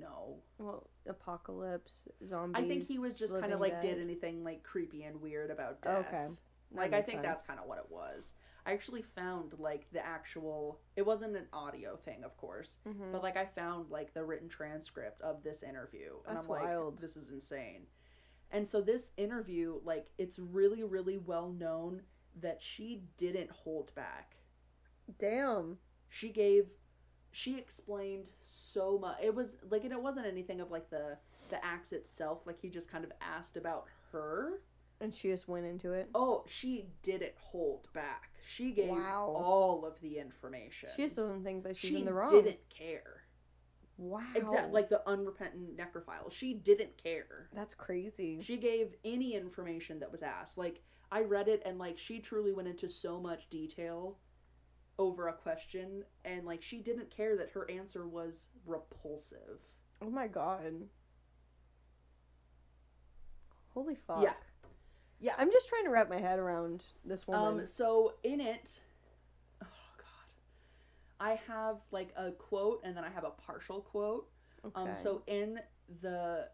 Speaker 1: no,
Speaker 2: well, apocalypse zombies.
Speaker 1: I think he was just kind of
Speaker 2: living
Speaker 1: like did
Speaker 2: dead.
Speaker 1: anything like creepy and weird about death.
Speaker 2: Okay,
Speaker 1: like I think that's kind of what it was. I actually found like the actual. It wasn't an audio thing, of course,
Speaker 2: of. hmm
Speaker 1: but like I found like the written transcript of this interview, and
Speaker 2: That's
Speaker 1: I'm like,
Speaker 2: wild.
Speaker 1: this is insane. And so this interview, like, it's really, really well known that she didn't hold back.
Speaker 2: Damn.
Speaker 1: She gave, she explained so much. It was like, and it wasn't anything of like the the acts itself. Like he just kind of asked about her.
Speaker 2: And she just went into it.
Speaker 1: Oh, she didn't hold back. She gave
Speaker 2: Wow.
Speaker 1: all of the information.
Speaker 2: She just doesn't think that she's
Speaker 1: she
Speaker 2: in the wrong.
Speaker 1: didn't care.
Speaker 2: Wow.
Speaker 1: Exactly, like the unrepentant necrophile. She didn't care.
Speaker 2: that's crazy.
Speaker 1: She gave any information that was asked. Like I read it and like she truly went into so much detail over a question and like she didn't care that her answer was repulsive.
Speaker 2: Oh my god. Holy fuck.
Speaker 1: Yeah. Yeah.
Speaker 2: I'm just trying to wrap my head around this woman.
Speaker 1: Um so in it oh god. I have like a quote and then I have a partial quote. Um,
Speaker 2: Okay.
Speaker 1: so in the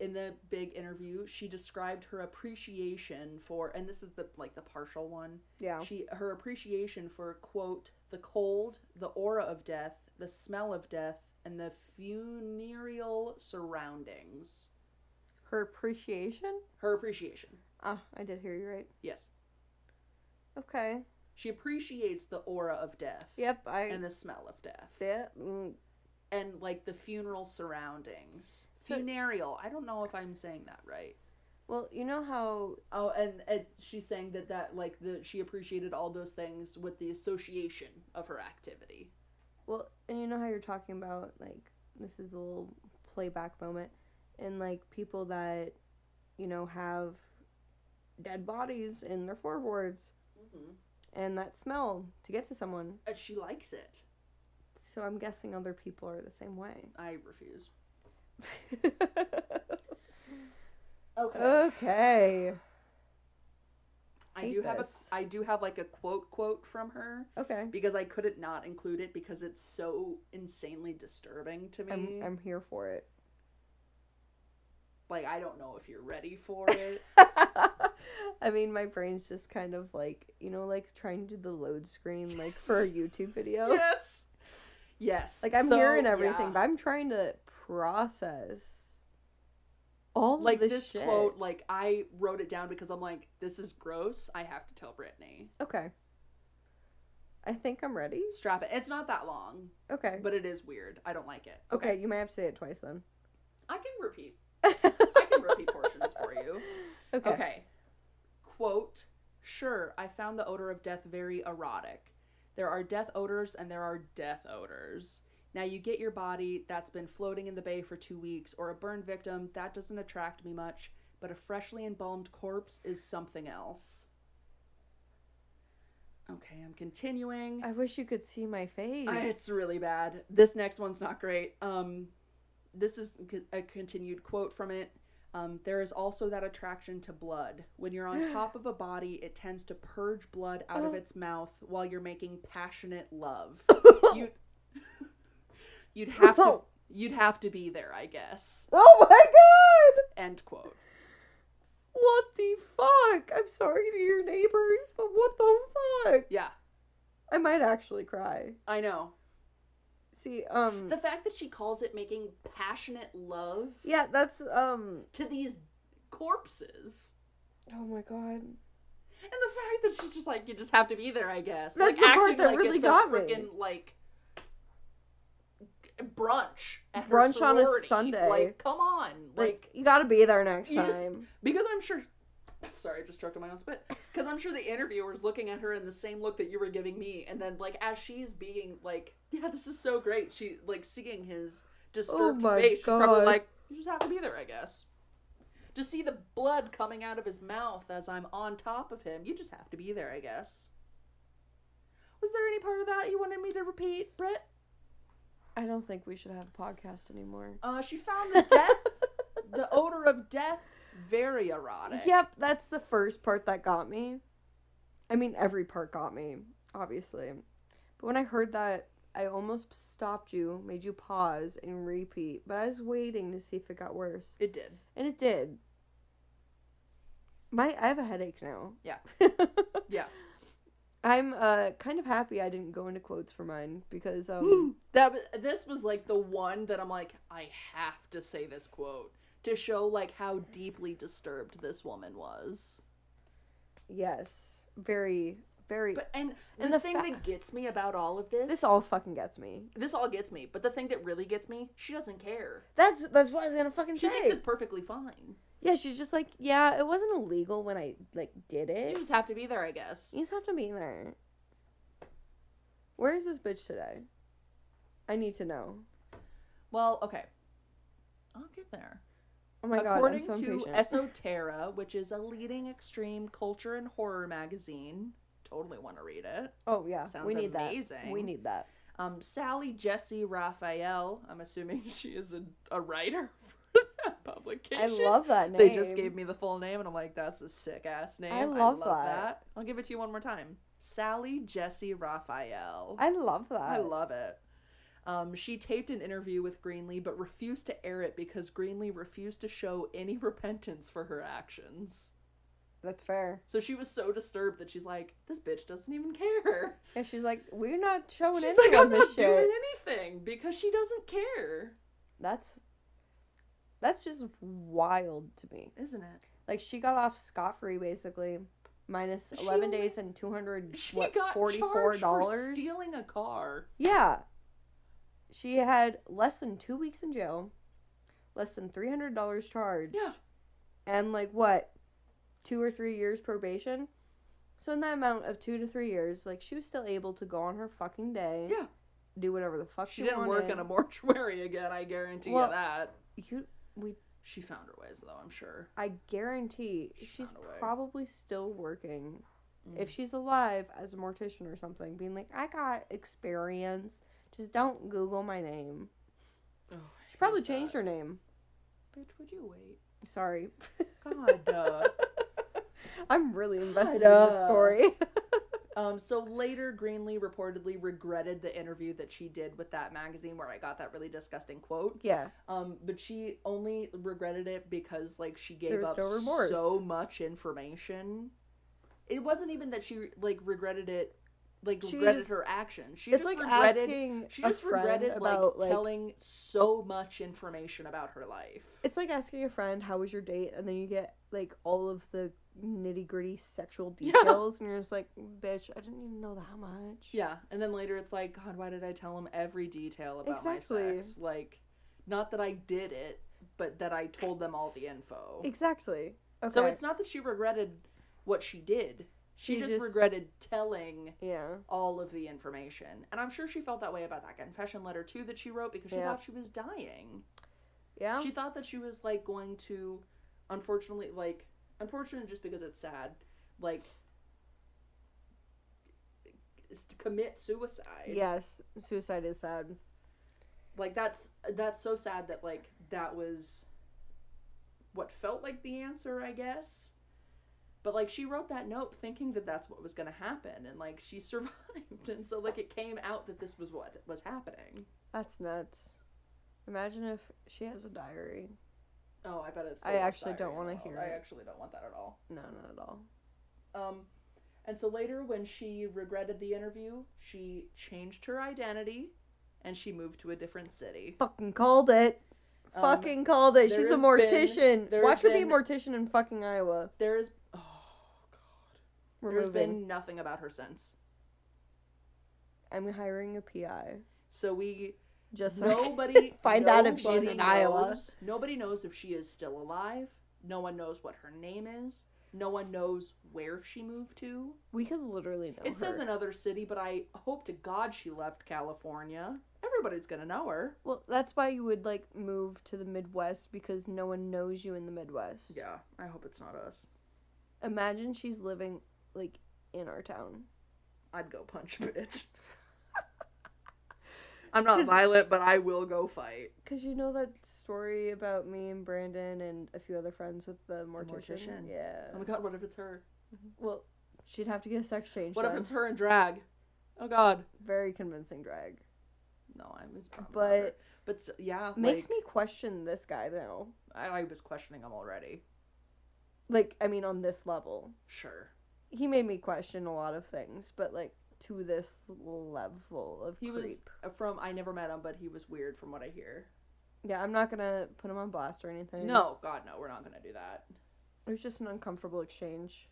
Speaker 1: in the big interview, she described her appreciation for, and this is the like the partial one.
Speaker 2: yeah.
Speaker 1: She her appreciation for quote the cold, the aura of death, the smell of death, and the funereal surroundings.
Speaker 2: Her appreciation?
Speaker 1: Her appreciation,
Speaker 2: Ah, I did hear you right.
Speaker 1: yes,
Speaker 2: Okay.
Speaker 1: she appreciates the aura of death.
Speaker 2: Yep, I
Speaker 1: And the smell of death,
Speaker 2: yeah, mm,
Speaker 1: and like the funeral surroundings,
Speaker 2: So-
Speaker 1: funereal. I don't know if I'm saying that right.
Speaker 2: Well, you know how
Speaker 1: Oh, and, and she's saying that that like the she appreciated all those things with the association of her activity.
Speaker 2: well, and you know how you're talking about like this is a little playback moment and like people that you know have dead bodies in their floorboards and that smell to get to someone.
Speaker 1: And she likes it.
Speaker 2: So I'm guessing other people are the same way.
Speaker 1: I refuse. Okay.
Speaker 2: okay.
Speaker 1: I
Speaker 2: hate
Speaker 1: do have
Speaker 2: this.
Speaker 1: a I do have like a quote quote from her
Speaker 2: Okay.
Speaker 1: because I couldn't not include it because it's so insanely disturbing to me.
Speaker 2: I'm I'm here for it.
Speaker 1: like I don't know if you're ready for it.
Speaker 2: I mean, my brain's just kind of like, you know, like trying to do the load screen like for a YouTube video.
Speaker 1: yes. Yes.
Speaker 2: Like I'm
Speaker 1: So,
Speaker 2: hearing everything,
Speaker 1: yeah.
Speaker 2: but I'm trying to process all
Speaker 1: like
Speaker 2: of this,
Speaker 1: this
Speaker 2: shit.
Speaker 1: quote, like I wrote it down because I'm like, this is gross. I have to tell Brittany.
Speaker 2: okay. I think I'm ready.
Speaker 1: Strap it. It's not that long,
Speaker 2: Okay.
Speaker 1: but it is weird. I don't like it.
Speaker 2: okay. you might have to say it twice then.
Speaker 1: I can repeat. I
Speaker 2: okay.
Speaker 1: can repeat portions for you. Okay. Quote Sure, I found the odor of death very erotic. There are death odors and there are death odors. Now, you get your body that's been floating in the bay for two weeks or a burned victim, that doesn't attract me much, but a freshly embalmed corpse is something else. Okay, I'm continuing.
Speaker 2: I wish you could see my face.
Speaker 1: Uh, It's really bad. This next one's not great. Um, this is c- a continued quote from it. Um, there is also that attraction to blood. When you're on top of a body, it tends to purge blood out of
Speaker 2: Oh.
Speaker 1: its mouth while you're making passionate love. You'd, you'd have to you'd have to be there, I guess.
Speaker 2: Oh my god!
Speaker 1: End quote.
Speaker 2: What the fuck? I'm sorry to your neighbors, but what the fuck?
Speaker 1: Yeah,
Speaker 2: I might actually cry.
Speaker 1: I know.
Speaker 2: See, um
Speaker 1: The fact that she calls it making passionate love
Speaker 2: Yeah, that's um
Speaker 1: to these corpses.
Speaker 2: oh my god.
Speaker 1: And the fact that she's just like, you just have to be there, I guess.
Speaker 2: That's
Speaker 1: like,
Speaker 2: the part
Speaker 1: acting
Speaker 2: that
Speaker 1: like
Speaker 2: really
Speaker 1: it's
Speaker 2: got
Speaker 1: a
Speaker 2: me.
Speaker 1: freaking, like, brunch. At her
Speaker 2: Brunch on a
Speaker 1: sorority.
Speaker 2: Sunday.
Speaker 1: Like, come on.
Speaker 2: Like
Speaker 1: Like,
Speaker 2: you gotta be there next
Speaker 1: you just-
Speaker 2: time.
Speaker 1: because I'm sure. Sorry, I just choked on my own spit. Because I'm sure the interviewer's looking at her in the same look that you were giving me. And then, like, as she's being, like, yeah, this is so great. She, like, seeing his disturbed
Speaker 2: my
Speaker 1: face, she's probably
Speaker 2: God.
Speaker 1: like, you just have to be there, I guess. To see the blood coming out of his mouth as I'm on top of him, you just have to be there, I guess. Was there any part of that you wanted me to repeat, Britt?
Speaker 2: I don't think we should have a podcast anymore.
Speaker 1: Uh, she found the death the odor of death, very erotic.
Speaker 2: Yep, that's the first part that got me. I mean, every part got me, obviously. But when I heard that, I almost stopped you, made you pause and repeat, but I was waiting to see if it got worse.
Speaker 1: It did.
Speaker 2: And it did. My I have a headache now.
Speaker 1: Yeah.
Speaker 2: yeah.
Speaker 1: Yeah.
Speaker 2: I'm uh kind of happy I didn't go into quotes for mine because um
Speaker 1: that was, this was like the one that I'm like I have to say this quote to show like how deeply disturbed this woman was.
Speaker 2: yes, very very
Speaker 1: But and and
Speaker 2: And the
Speaker 1: the, thing
Speaker 2: fa-
Speaker 1: that gets me about all of this
Speaker 2: this all fucking gets me.
Speaker 1: this all gets me, but the thing that really gets me, she doesn't care.
Speaker 2: That's that's what I was gonna fucking
Speaker 1: She thinks
Speaker 2: say.
Speaker 1: it's perfectly fine.
Speaker 2: Yeah, she's just like, yeah, it wasn't illegal when I like did
Speaker 1: You
Speaker 2: it.
Speaker 1: just have to be there, I guess.
Speaker 2: You just have to be there. Where is this bitch today? I need to know.
Speaker 1: Well, okay. I'll get there.
Speaker 2: Oh my
Speaker 1: According
Speaker 2: god, I'm so
Speaker 1: to
Speaker 2: impatient.
Speaker 1: Esoterra, which is a leading extreme culture and horror magazine, totally want to read it.
Speaker 2: oh yeah,
Speaker 1: Sounds
Speaker 2: we need that.
Speaker 1: amazing.
Speaker 2: We need that.
Speaker 1: Um, Sally Jesse Raphael. I'm assuming she is a, a writer for that publication.
Speaker 2: I love that name.
Speaker 1: They just gave me the full name, and I'm like, that's a sick ass name.
Speaker 2: love that.
Speaker 1: I'll give it to you one more time. Sally Jesse Raphael.
Speaker 2: I love that.
Speaker 1: I love it. Um, she taped an interview with Greenlee, but refused to air it because Greenlee refused to show any repentance for her actions.
Speaker 2: That's fair.
Speaker 1: So she was so disturbed that she's like, "This bitch doesn't even care."
Speaker 2: And she's like, we're not showing
Speaker 1: she's like,
Speaker 2: anyone
Speaker 1: "I'm
Speaker 2: this
Speaker 1: not
Speaker 2: shit.
Speaker 1: doing anything because she doesn't care."
Speaker 2: That's that's just wild to me.
Speaker 1: isn't it?
Speaker 2: Like she got off scot free basically, minus
Speaker 1: She
Speaker 2: eleven
Speaker 1: only-
Speaker 2: days and two hundred
Speaker 1: She
Speaker 2: what
Speaker 1: got
Speaker 2: forty four
Speaker 1: charged for
Speaker 2: dollars.
Speaker 1: stealing a car.
Speaker 2: Yeah. She had less than two weeks in jail, less than three hundred dollars charged,
Speaker 1: Yeah.
Speaker 2: and like what, two or three years probation. So in that amount of two to three years, like she was still able to go on her fucking day,
Speaker 1: Yeah.
Speaker 2: do whatever the fuck
Speaker 1: She
Speaker 2: she,
Speaker 1: didn't work
Speaker 2: wanted.
Speaker 1: in a mortuary again. I guarantee
Speaker 2: Well-
Speaker 1: you that.
Speaker 2: You, we,
Speaker 1: She found her ways though. I'm sure.
Speaker 2: I guarantee
Speaker 1: She
Speaker 2: she's
Speaker 1: found a way.
Speaker 2: probably still working
Speaker 1: Mm.
Speaker 2: if she's alive as a mortician or something, being like, I got experience. Just don't Google my name.
Speaker 1: Oh, I
Speaker 2: She probably
Speaker 1: hate
Speaker 2: changed
Speaker 1: that.
Speaker 2: her name.
Speaker 1: Bitch, would you wait?
Speaker 2: Sorry.
Speaker 1: God. uh,
Speaker 2: I'm really invested in this
Speaker 1: Kinda.
Speaker 2: story.
Speaker 1: um. So later, Greenlee reportedly regretted the interview that she did with that magazine where I got that really disgusting quote.
Speaker 2: yeah.
Speaker 1: Um. But she only regretted it because like she
Speaker 2: There
Speaker 1: gave
Speaker 2: was
Speaker 1: up
Speaker 2: no remorse.
Speaker 1: so much information. It wasn't even that she like regretted it, like
Speaker 2: She
Speaker 1: regretted
Speaker 2: just-
Speaker 1: her action. She
Speaker 2: it's
Speaker 1: just
Speaker 2: like
Speaker 1: regretted
Speaker 2: asking
Speaker 1: She
Speaker 2: a
Speaker 1: just
Speaker 2: friend
Speaker 1: regretted
Speaker 2: about
Speaker 1: like
Speaker 2: like,
Speaker 1: telling so much information about her life.
Speaker 2: it's like asking a friend how was your date and then you get like all of the nitty gritty sexual
Speaker 1: Yeah.
Speaker 2: details and you're just like, bitch, I didn't even know that much.
Speaker 1: Yeah, and then later it's like, God, why did I tell him every detail about
Speaker 2: Exactly.
Speaker 1: my sex? Like, not that I did it, but that I told them all the info.
Speaker 2: Exactly. Okay.
Speaker 1: So it's not that she regretted what she did. She,
Speaker 2: She
Speaker 1: just,
Speaker 2: just-
Speaker 1: regretted telling
Speaker 2: yeah.
Speaker 1: all of the information, and I'm sure she felt that way about that confession letter too that she wrote because she
Speaker 2: Yeah. Oh.
Speaker 1: thought she was dying.
Speaker 2: Yeah.
Speaker 1: She thought that she was like going to, unfortunately, like unfortunately, just because it's sad, like is to commit suicide.
Speaker 2: yes. Suicide is sad.
Speaker 1: like that's that's so sad that like that was what felt like the answer, I guess. But like she wrote that note thinking that that's what was going to happen, and like she survived, and so like it came out that this was what was happening.
Speaker 2: That's nuts. Imagine if she has a diary.
Speaker 1: Oh, I bet it's. the
Speaker 2: I
Speaker 1: worst
Speaker 2: actually
Speaker 1: diary
Speaker 2: don't
Speaker 1: in the
Speaker 2: wanna
Speaker 1: world.
Speaker 2: hear
Speaker 1: I
Speaker 2: it.
Speaker 1: actually don't want that at all.
Speaker 2: No, not at all.
Speaker 1: Um, and so later, when she regretted the interview, she changed her identity and she moved to a different city.
Speaker 2: Fucking called it.
Speaker 1: Um,
Speaker 2: fucking called
Speaker 1: there
Speaker 2: it. She's
Speaker 1: has
Speaker 2: a
Speaker 1: been-
Speaker 2: mortician.
Speaker 1: there
Speaker 2: Watch
Speaker 1: has
Speaker 2: her be a
Speaker 1: been-
Speaker 2: mortician in fucking Iowa.
Speaker 1: There is. Oh, God.
Speaker 2: We're
Speaker 1: There's
Speaker 2: moving.
Speaker 1: been nothing about her since.
Speaker 2: I'm hiring a PI.
Speaker 1: So we.
Speaker 2: Just so I can
Speaker 1: Nobody.
Speaker 2: find out if she's
Speaker 1: nobody
Speaker 2: in Iowa.
Speaker 1: knows- Nobody knows if she is still alive. No one knows what her name is. No one knows where she moved to.
Speaker 2: We could literally know.
Speaker 1: it says
Speaker 2: her.
Speaker 1: another city, but I hope to God she left California. Everybody's gonna know her.
Speaker 2: Well, that's why you would like move to the Midwest because no one knows you in the Midwest.
Speaker 1: Yeah, I hope it's not us.
Speaker 2: Imagine she's living like in our town.
Speaker 1: I'd go punch a bitch. I'm not
Speaker 2: 'Cause-
Speaker 1: violent, but I will go fight.
Speaker 2: Because you know that story about me and Brandon and a few other friends with the mortician?
Speaker 1: mortician.
Speaker 2: Yeah.
Speaker 1: Oh my god, what if it's her?
Speaker 2: Well, she'd have to get a sex change.
Speaker 1: What if
Speaker 2: done.
Speaker 1: it's her in drag? Oh god.
Speaker 2: Very convincing drag.
Speaker 1: No, I'm it's probably not her.
Speaker 2: But
Speaker 1: but s- yeah,
Speaker 2: makes
Speaker 1: like,
Speaker 2: me question this guy, though.
Speaker 1: I, I was questioning him already.
Speaker 2: Like, I mean, on this level.
Speaker 1: Sure.
Speaker 2: He made me question a lot of things, but, like, to this level of
Speaker 1: He was
Speaker 2: creep.
Speaker 1: uh, from I never met him, but he was weird from what I hear.
Speaker 2: Yeah, I'm not gonna put him on blast or anything.
Speaker 1: No, god no, we're not going to do that.
Speaker 2: It was just an uncomfortable exchange.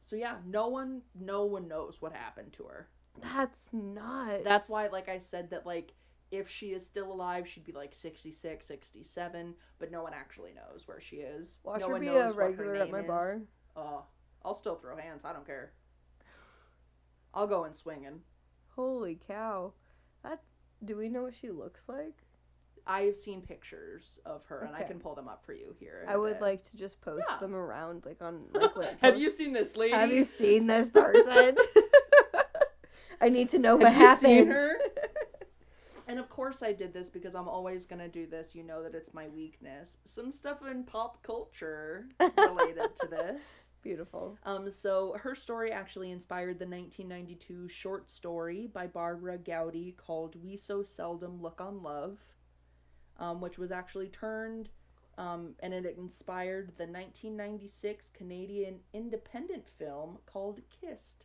Speaker 1: So yeah, no one no one knows what happened to her.
Speaker 2: That's nuts.
Speaker 1: That's why like I said that like if she is still alive, she'd be like 66, 67, but no one actually knows where she is.
Speaker 2: Watch
Speaker 1: no
Speaker 2: her
Speaker 1: one
Speaker 2: be a
Speaker 1: knows what her
Speaker 2: regular at
Speaker 1: name
Speaker 2: my
Speaker 1: is.
Speaker 2: bar.
Speaker 1: Oh, I'll still throw hands. I don't care. I'll go in swinging.
Speaker 2: Holy cow. That do we know what she looks like?
Speaker 1: I've seen pictures of her, and I
Speaker 2: Okay.
Speaker 1: can pull them up for you here. in
Speaker 2: I
Speaker 1: a
Speaker 2: would
Speaker 1: bit.
Speaker 2: like to just post
Speaker 1: Yeah.
Speaker 2: them around like on like lamp
Speaker 1: Have you
Speaker 2: posts.
Speaker 1: seen this lady?
Speaker 2: Have you seen this person? I need to know what
Speaker 1: Have
Speaker 2: happened.
Speaker 1: you seen her? and of course, I did this because I'm always gonna do this. You know that it's my weakness. Some stuff in pop culture related to this.
Speaker 2: Beautiful.
Speaker 1: Um, so her story actually inspired the 1992 short story by Barbara Gowdy called "We So Seldom Look on Love," um, which was actually turned, um, and it inspired the 1996 Canadian independent film called "Kissed."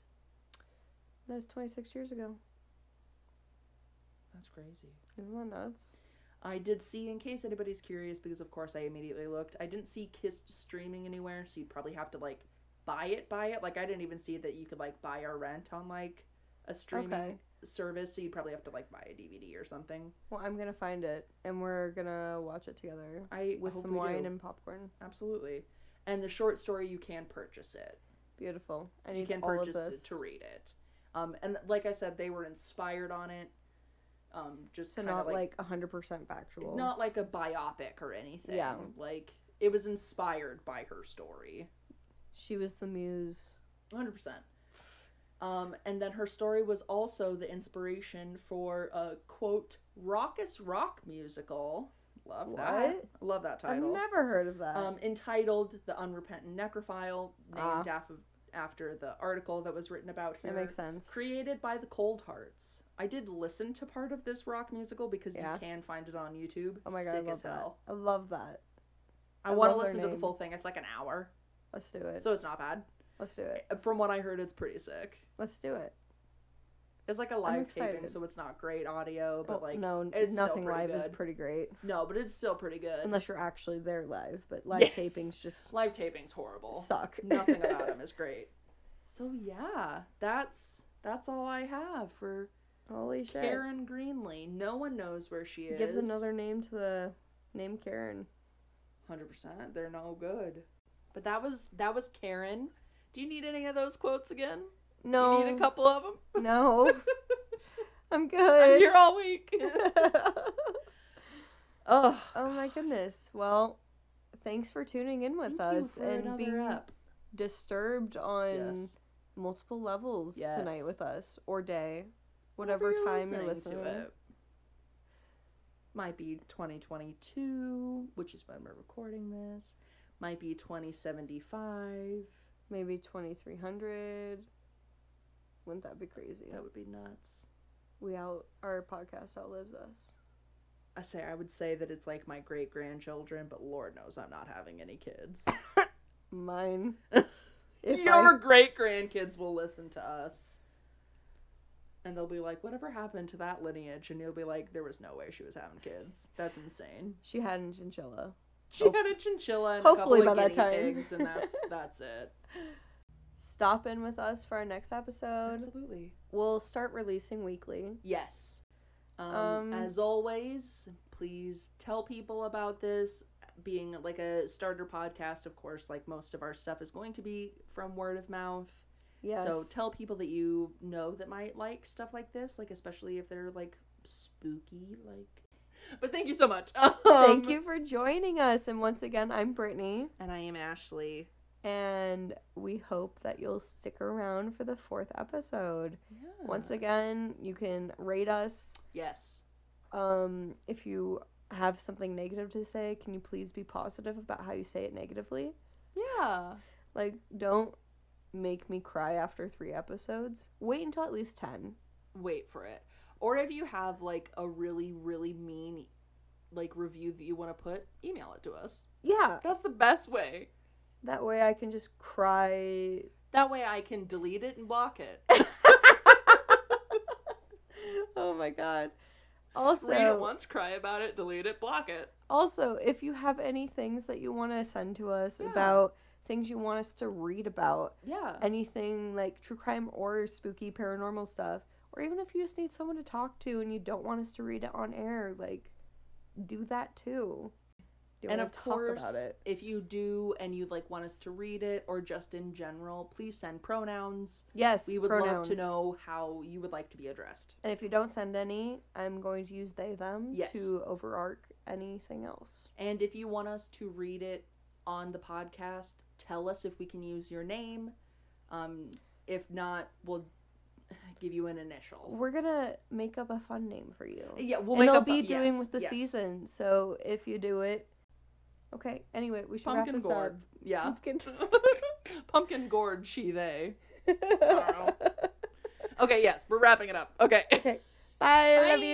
Speaker 2: That was 26 years ago.
Speaker 1: That's crazy.
Speaker 2: Isn't that nuts?
Speaker 1: I did see, in case anybody's curious, because of course I immediately looked. I didn't see Kissed streaming anywhere, so you'd probably have to like buy it, buy it. Like I didn't even see that you could like buy or rent on like a streaming
Speaker 2: Okay.
Speaker 1: service, so you'd probably have to like buy a DVD or something.
Speaker 2: Well, I'm gonna find it and we're gonna watch it together
Speaker 1: I
Speaker 2: with
Speaker 1: hope
Speaker 2: some
Speaker 1: we
Speaker 2: wine
Speaker 1: do.
Speaker 2: and popcorn.
Speaker 1: absolutely. And the short story, you can purchase it.
Speaker 2: Beautiful. I
Speaker 1: You
Speaker 2: need
Speaker 1: can
Speaker 2: all of
Speaker 1: purchase
Speaker 2: this.
Speaker 1: it to read it. Um, and like I said, they were inspired on it. Um, just
Speaker 2: so
Speaker 1: kinda,
Speaker 2: not
Speaker 1: like
Speaker 2: like a 100% factual.
Speaker 1: not like a biopic or anything.
Speaker 2: Yeah.
Speaker 1: Like it was inspired by her story.
Speaker 2: She was the muse.
Speaker 1: 100%. Um, and then her story was also the inspiration for a quote raucous rock musical. Love that. Love that title.
Speaker 2: I've never heard of that.
Speaker 1: um, entitled "The Unrepentant Necrophile,"
Speaker 2: Ah.
Speaker 1: named af- after the article that was written about here.
Speaker 2: that makes sense.
Speaker 1: Created by the Cold Hearts. I did listen to part of this rock musical because
Speaker 2: Yeah.
Speaker 1: you can find it on YouTube.
Speaker 2: Oh my god,
Speaker 1: Sick
Speaker 2: I love
Speaker 1: as
Speaker 2: that.
Speaker 1: hell.
Speaker 2: I love that.
Speaker 1: I,
Speaker 2: I
Speaker 1: want to
Speaker 2: love their
Speaker 1: listen to the
Speaker 2: name.
Speaker 1: full thing. It's like an hour,
Speaker 2: Let's do it.
Speaker 1: so it's not bad. Uh,
Speaker 2: Let's do it.
Speaker 1: From what I heard, it's pretty sick.
Speaker 2: Let's do it.
Speaker 1: It's like a live taping,
Speaker 2: excited.
Speaker 1: so it's not great audio, but
Speaker 2: Oh,
Speaker 1: like
Speaker 2: no,
Speaker 1: it's still
Speaker 2: nothing
Speaker 1: pretty
Speaker 2: live is
Speaker 1: good.
Speaker 2: pretty great
Speaker 1: no, but it's still pretty good.
Speaker 2: unless you're actually there live. But live
Speaker 1: Yes.
Speaker 2: tapings just
Speaker 1: live taping's horrible.
Speaker 2: suck.
Speaker 1: nothing about him is great. So yeah, that's that's all I have for
Speaker 2: Holy shit!
Speaker 1: Karen Greenlee. No one knows where she is.
Speaker 2: Gives another name to the name Karen.
Speaker 1: hundred percent. They're no good. But that was that was Karen. Do you need any of those quotes again?
Speaker 2: No,
Speaker 1: You need a couple of them.
Speaker 2: no, I'm
Speaker 1: I'm
Speaker 2: good.
Speaker 1: here all week. oh,
Speaker 2: oh my goodness. Well, thanks for tuning in with us and being
Speaker 1: up.
Speaker 2: disturbed on
Speaker 1: Yes.
Speaker 2: multiple levels
Speaker 1: Yes.
Speaker 2: tonight with us or day, whatever
Speaker 1: Whenever
Speaker 2: time you're
Speaker 1: to
Speaker 2: listening.
Speaker 1: it. Might be 2022, which is when we're recording this. Might be 2075.
Speaker 2: Maybe 2300. Wouldn't that be crazy?
Speaker 1: That would be nuts.
Speaker 2: We out our podcast outlives us.
Speaker 1: I say I would say that it's like my great grandchildren, but Lord knows I'm not having any kids.
Speaker 2: Mine. If
Speaker 1: Your
Speaker 2: I,
Speaker 1: great grandkids will listen to us. And they'll be like, whatever happened to that lineage? And you'll be like, there was no way she was having kids. That's insane.
Speaker 2: she had a chinchilla.
Speaker 1: She
Speaker 2: Hope-
Speaker 1: had a chinchilla and
Speaker 2: hopefully
Speaker 1: a couple
Speaker 2: by
Speaker 1: of
Speaker 2: that
Speaker 1: guinea
Speaker 2: time.
Speaker 1: pigs, and that's that's it.
Speaker 2: Stop in with us for our next episode.
Speaker 1: Absolutely.
Speaker 2: We'll start releasing weekly.
Speaker 1: Yes. Um,
Speaker 2: Um,
Speaker 1: as always, please tell people about this. Being like a starter podcast, of course, like most of our stuff is going to be from word of mouth.
Speaker 2: Yes.
Speaker 1: So tell people that you know that might like stuff like this, like especially if they're like spooky, like. But thank you so much.
Speaker 2: Thank
Speaker 1: Um,
Speaker 2: you for joining us. And once again, I'm Brittany.
Speaker 1: And I am Ashley.
Speaker 2: And we hope that you'll stick around for the fourth episode.
Speaker 1: Yeah.
Speaker 2: Once again, you can rate us
Speaker 1: yes,
Speaker 2: Um, if you have something negative to say, can you please be positive about how you say it negatively?
Speaker 1: Yeah.
Speaker 2: Like, don't make me cry after three episodes. Wait until at least 10.
Speaker 1: Wait for it. Or if you have like a really, really mean like review that you want to put, email it to us.
Speaker 2: Yeah,
Speaker 1: That's the best way.
Speaker 2: that way I can just cry.
Speaker 1: That way I can delete it and block it.
Speaker 2: oh my god.
Speaker 1: Read it
Speaker 2: Also,
Speaker 1: once, cry about it, delete it, block it.
Speaker 2: also, if you have any things that you want to send to us
Speaker 1: Yeah.
Speaker 2: about things you want us to read about,
Speaker 1: Yeah.
Speaker 2: anything like true crime or spooky paranormal stuff, or even if you just need someone to talk to and you don't want us to read it on air, like do that too. Do you
Speaker 1: and
Speaker 2: wanna
Speaker 1: of course,
Speaker 2: talk about it.
Speaker 1: if you do and you like want us to read it or just in general, please send pronouns.
Speaker 2: Yes,
Speaker 1: We would love to
Speaker 2: pronouns.
Speaker 1: know how you would like to be addressed.
Speaker 2: And if you don't send any, I'm going to use they them
Speaker 1: Yes.
Speaker 2: to overarch anything else.
Speaker 1: And if you want us to read it on the podcast, tell us if we can use your name. Um, if not, we'll give you an initial.
Speaker 2: We're gonna make up a fun name for you.
Speaker 1: Yeah, we'll
Speaker 2: and
Speaker 1: make
Speaker 2: I'll
Speaker 1: up
Speaker 2: be
Speaker 1: some-
Speaker 2: doing
Speaker 1: yes,
Speaker 2: with the
Speaker 1: yes.
Speaker 2: season. So if you do it, okay. Anyway, we should
Speaker 1: Pumpkin
Speaker 2: wrap this
Speaker 1: gourd.
Speaker 2: up.
Speaker 1: Yeah.
Speaker 2: Pumpkin.
Speaker 1: Pumpkin gourd, she, they. Okay, yes, we're wrapping it up. Okay.
Speaker 2: Bye. I love
Speaker 1: Bye.
Speaker 2: you.